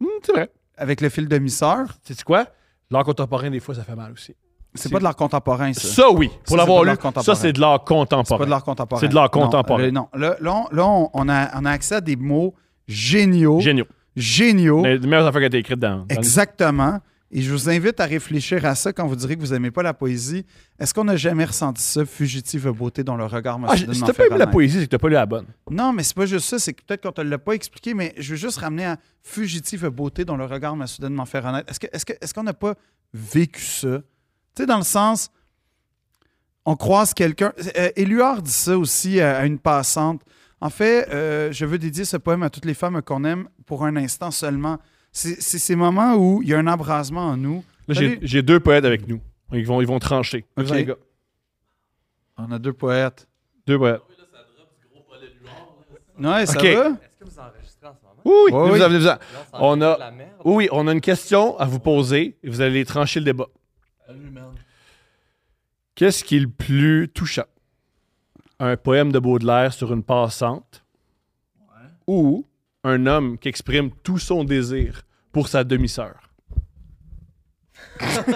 S2: Hmm, c'est vrai.
S1: avec le fil demi-sœur.
S2: C'est quoi? L'art contemporain, des fois, ça fait mal aussi.
S1: C'est pas de l'art contemporain, ça.
S2: Ça, oui. Pour
S1: c'est
S2: l'avoir
S1: de l'art
S2: lu, ça,
S1: contemporain.
S2: c'est de l'art
S1: C'est pas de
S2: contemporain.
S1: l'art contemporain.
S2: C'est de l'art contemporain.
S1: Non, le- non. Là, là, on, là, on- on a, on a accès à des mots géniaux.
S2: Génial.
S1: géniaux.
S2: Les meilleures affaires qui ont été écrites dans. dans-
S1: Exactement. Et je vous invite à réfléchir à ça quand vous direz que vous n'aimez pas la poésie. Est-ce qu'on n'a jamais ressenti ça, fugitive beauté, dont le regard m'a
S2: Ah, je-
S1: soudainement
S2: si t'as
S1: fait
S2: pas aimé la
S1: renaître?
S2: poésie, c'est que t'as pas lu la bonne.
S1: Non, mais c'est pas juste ça. C'est que peut-être qu'on te l'a pas expliqué, mais je veux juste ramener à fugitive beauté dont le regard m'a soudainement fait renaître. Est-ce que est-ce que est-ce qu'on n'a pas vécu ça Tu sais, dans le sens, on croise quelqu'un. Euh, Éluard dit ça aussi à, à une passante. En fait, euh, je veux dédier ce poème à toutes les femmes qu'on aime pour un instant seulement. C'est c'est ces moments où il y a un embrasement en nous.
S2: Là,
S1: Salut.
S2: j'ai- j'ai deux poètes avec nous. Ils vont, ils vont trancher.
S1: Ok.
S2: Tiens, les gars.
S1: On a deux poètes.
S2: Deux poètes.
S1: Ouais, ça
S2: Ok.
S1: va?
S5: Est-ce que vous enregistrez en ce moment?
S2: Oui, oui,
S1: Oui,
S2: vous
S1: oui.
S2: avez- vous avez-
S5: Là, s'en
S2: On
S5: va
S2: a-
S5: de la merde.
S2: oui, oui, on a une question à vous poser et vous allez trancher le débat. Qu'est-ce qui est le plus touchant? Un poème de Baudelaire sur une passante ou un homme qui exprime tout son désir pour sa demi-sœur?
S5: Euh,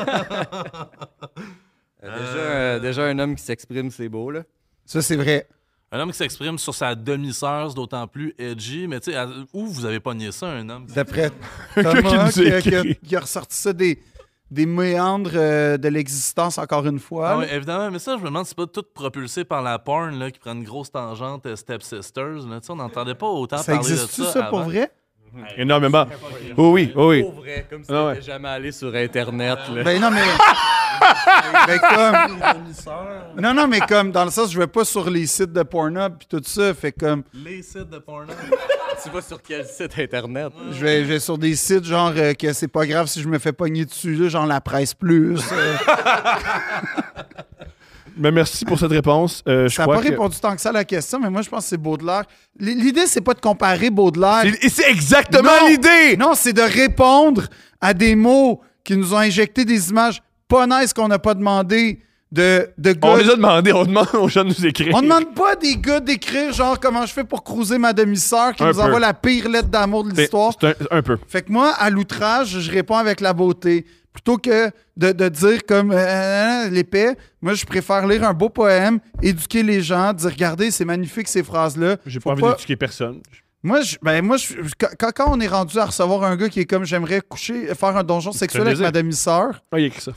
S5: Déjà, euh, déjà, un homme qui s'exprime, c'est beau, là.
S1: Ça, c'est vrai.
S6: Un homme qui s'exprime sur sa demi-sœur, c'est d'autant plus edgy, mais tu sais, à- où vous avez pogné ça, un homme?
S1: D'après
S2: gars qui
S1: Thomas,
S2: nous a
S1: qui, a- qui a-
S2: écrit.
S1: qui a ressorti ça des, des méandres euh, de l'existence encore une fois.
S6: Ah ouais, évidemment, mais ça, je me demande si c'est pas tout propulsé par la porn là, qui prend une grosse tangente euh, Step Sisters. Là, Tu sais, on n'entendait pas autant
S1: ça
S6: parler de ça.
S1: existe-tu, ça, pour
S6: avant.
S1: vrai?
S2: Énormément. Oui, oui, oui.
S5: Pour vrai, comme si
S2: Ah ouais.
S5: t'étais jamais allé sur Internet, là.
S1: Ben non, mais... Ben, comme- Non, non, mais comme, dans le sens, je vais pas sur les sites de Pornhub puis tout ça, fait comme,
S6: Les sites de porno.
S5: tu vas sur quel site Internet?
S1: je vais, je vais sur des sites genre euh, que c'est pas grave si je me fais pogner dessus, là, genre la presse plus. euh,
S2: Mais Ben, merci pour cette réponse. Euh, je
S1: ça n'a
S2: crois
S1: pas
S2: que-
S1: répondu tant que ça à la question, mais moi, je pense que c'est Baudelaire. L- L'idée, c'est pas de comparer Baudelaire
S2: Et C'est exactement
S1: Non!
S2: l'idée!
S1: Non, c'est de répondre à des mots qui nous ont injecté des images pas nice qu'on n'a pas demandé de, de gars.
S2: On les a demandé, on demande aux gens de nous écrire.
S1: On demande pas des gars d'écrire genre comment je fais pour cruiser ma demi-sœur qui
S2: Un
S1: nous
S2: peu.
S1: envoie la pire lettre d'amour de
S2: C'est-
S1: l'histoire.
S2: c'est un, un peu.
S1: Fait que moi, à l'outrage, je réponds avec la beauté. Plutôt que de, de dire comme euh, l'épée, moi, je préfère lire un beau poème, éduquer les gens, dire regardez, c'est magnifique ces phrases-là.
S2: J'ai
S1: Faut
S2: pas envie
S1: pas-
S2: d'éduquer personne.
S1: Moi, je, ben moi je- je- quand, quand on est rendu à recevoir un gars qui est comme j'aimerais coucher, faire un donjon sexuel avec
S2: désir.
S1: ma demi-sœur,
S2: Ah, il a écrit ça.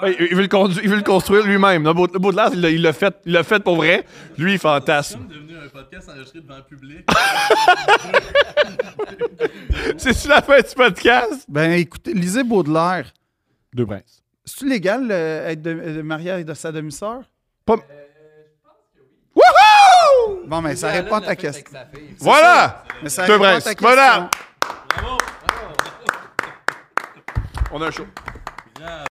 S2: Ah, il, il veut le condu- il veut le construire lui-même. Non, Baud- Baudelaire, il l'a- il l'a fait, il l'a fait pour vrai. Lui, il fantasme.
S6: devenu un podcast enregistré devant public.
S2: C'est-tu la fin du podcast?
S1: ben écoutez, lisez Baudelaire.
S2: Deux princes.
S1: C'est-tu légal euh, être de, euh, marié avec de sa demi-sœur?
S2: Pas-
S1: Wouhou! Bon, mais ça répond à ta question.
S2: Voilà!
S1: Mais ça
S2: Deux
S1: répond à
S2: brins.
S1: ta question.
S2: Voilà! On a un show.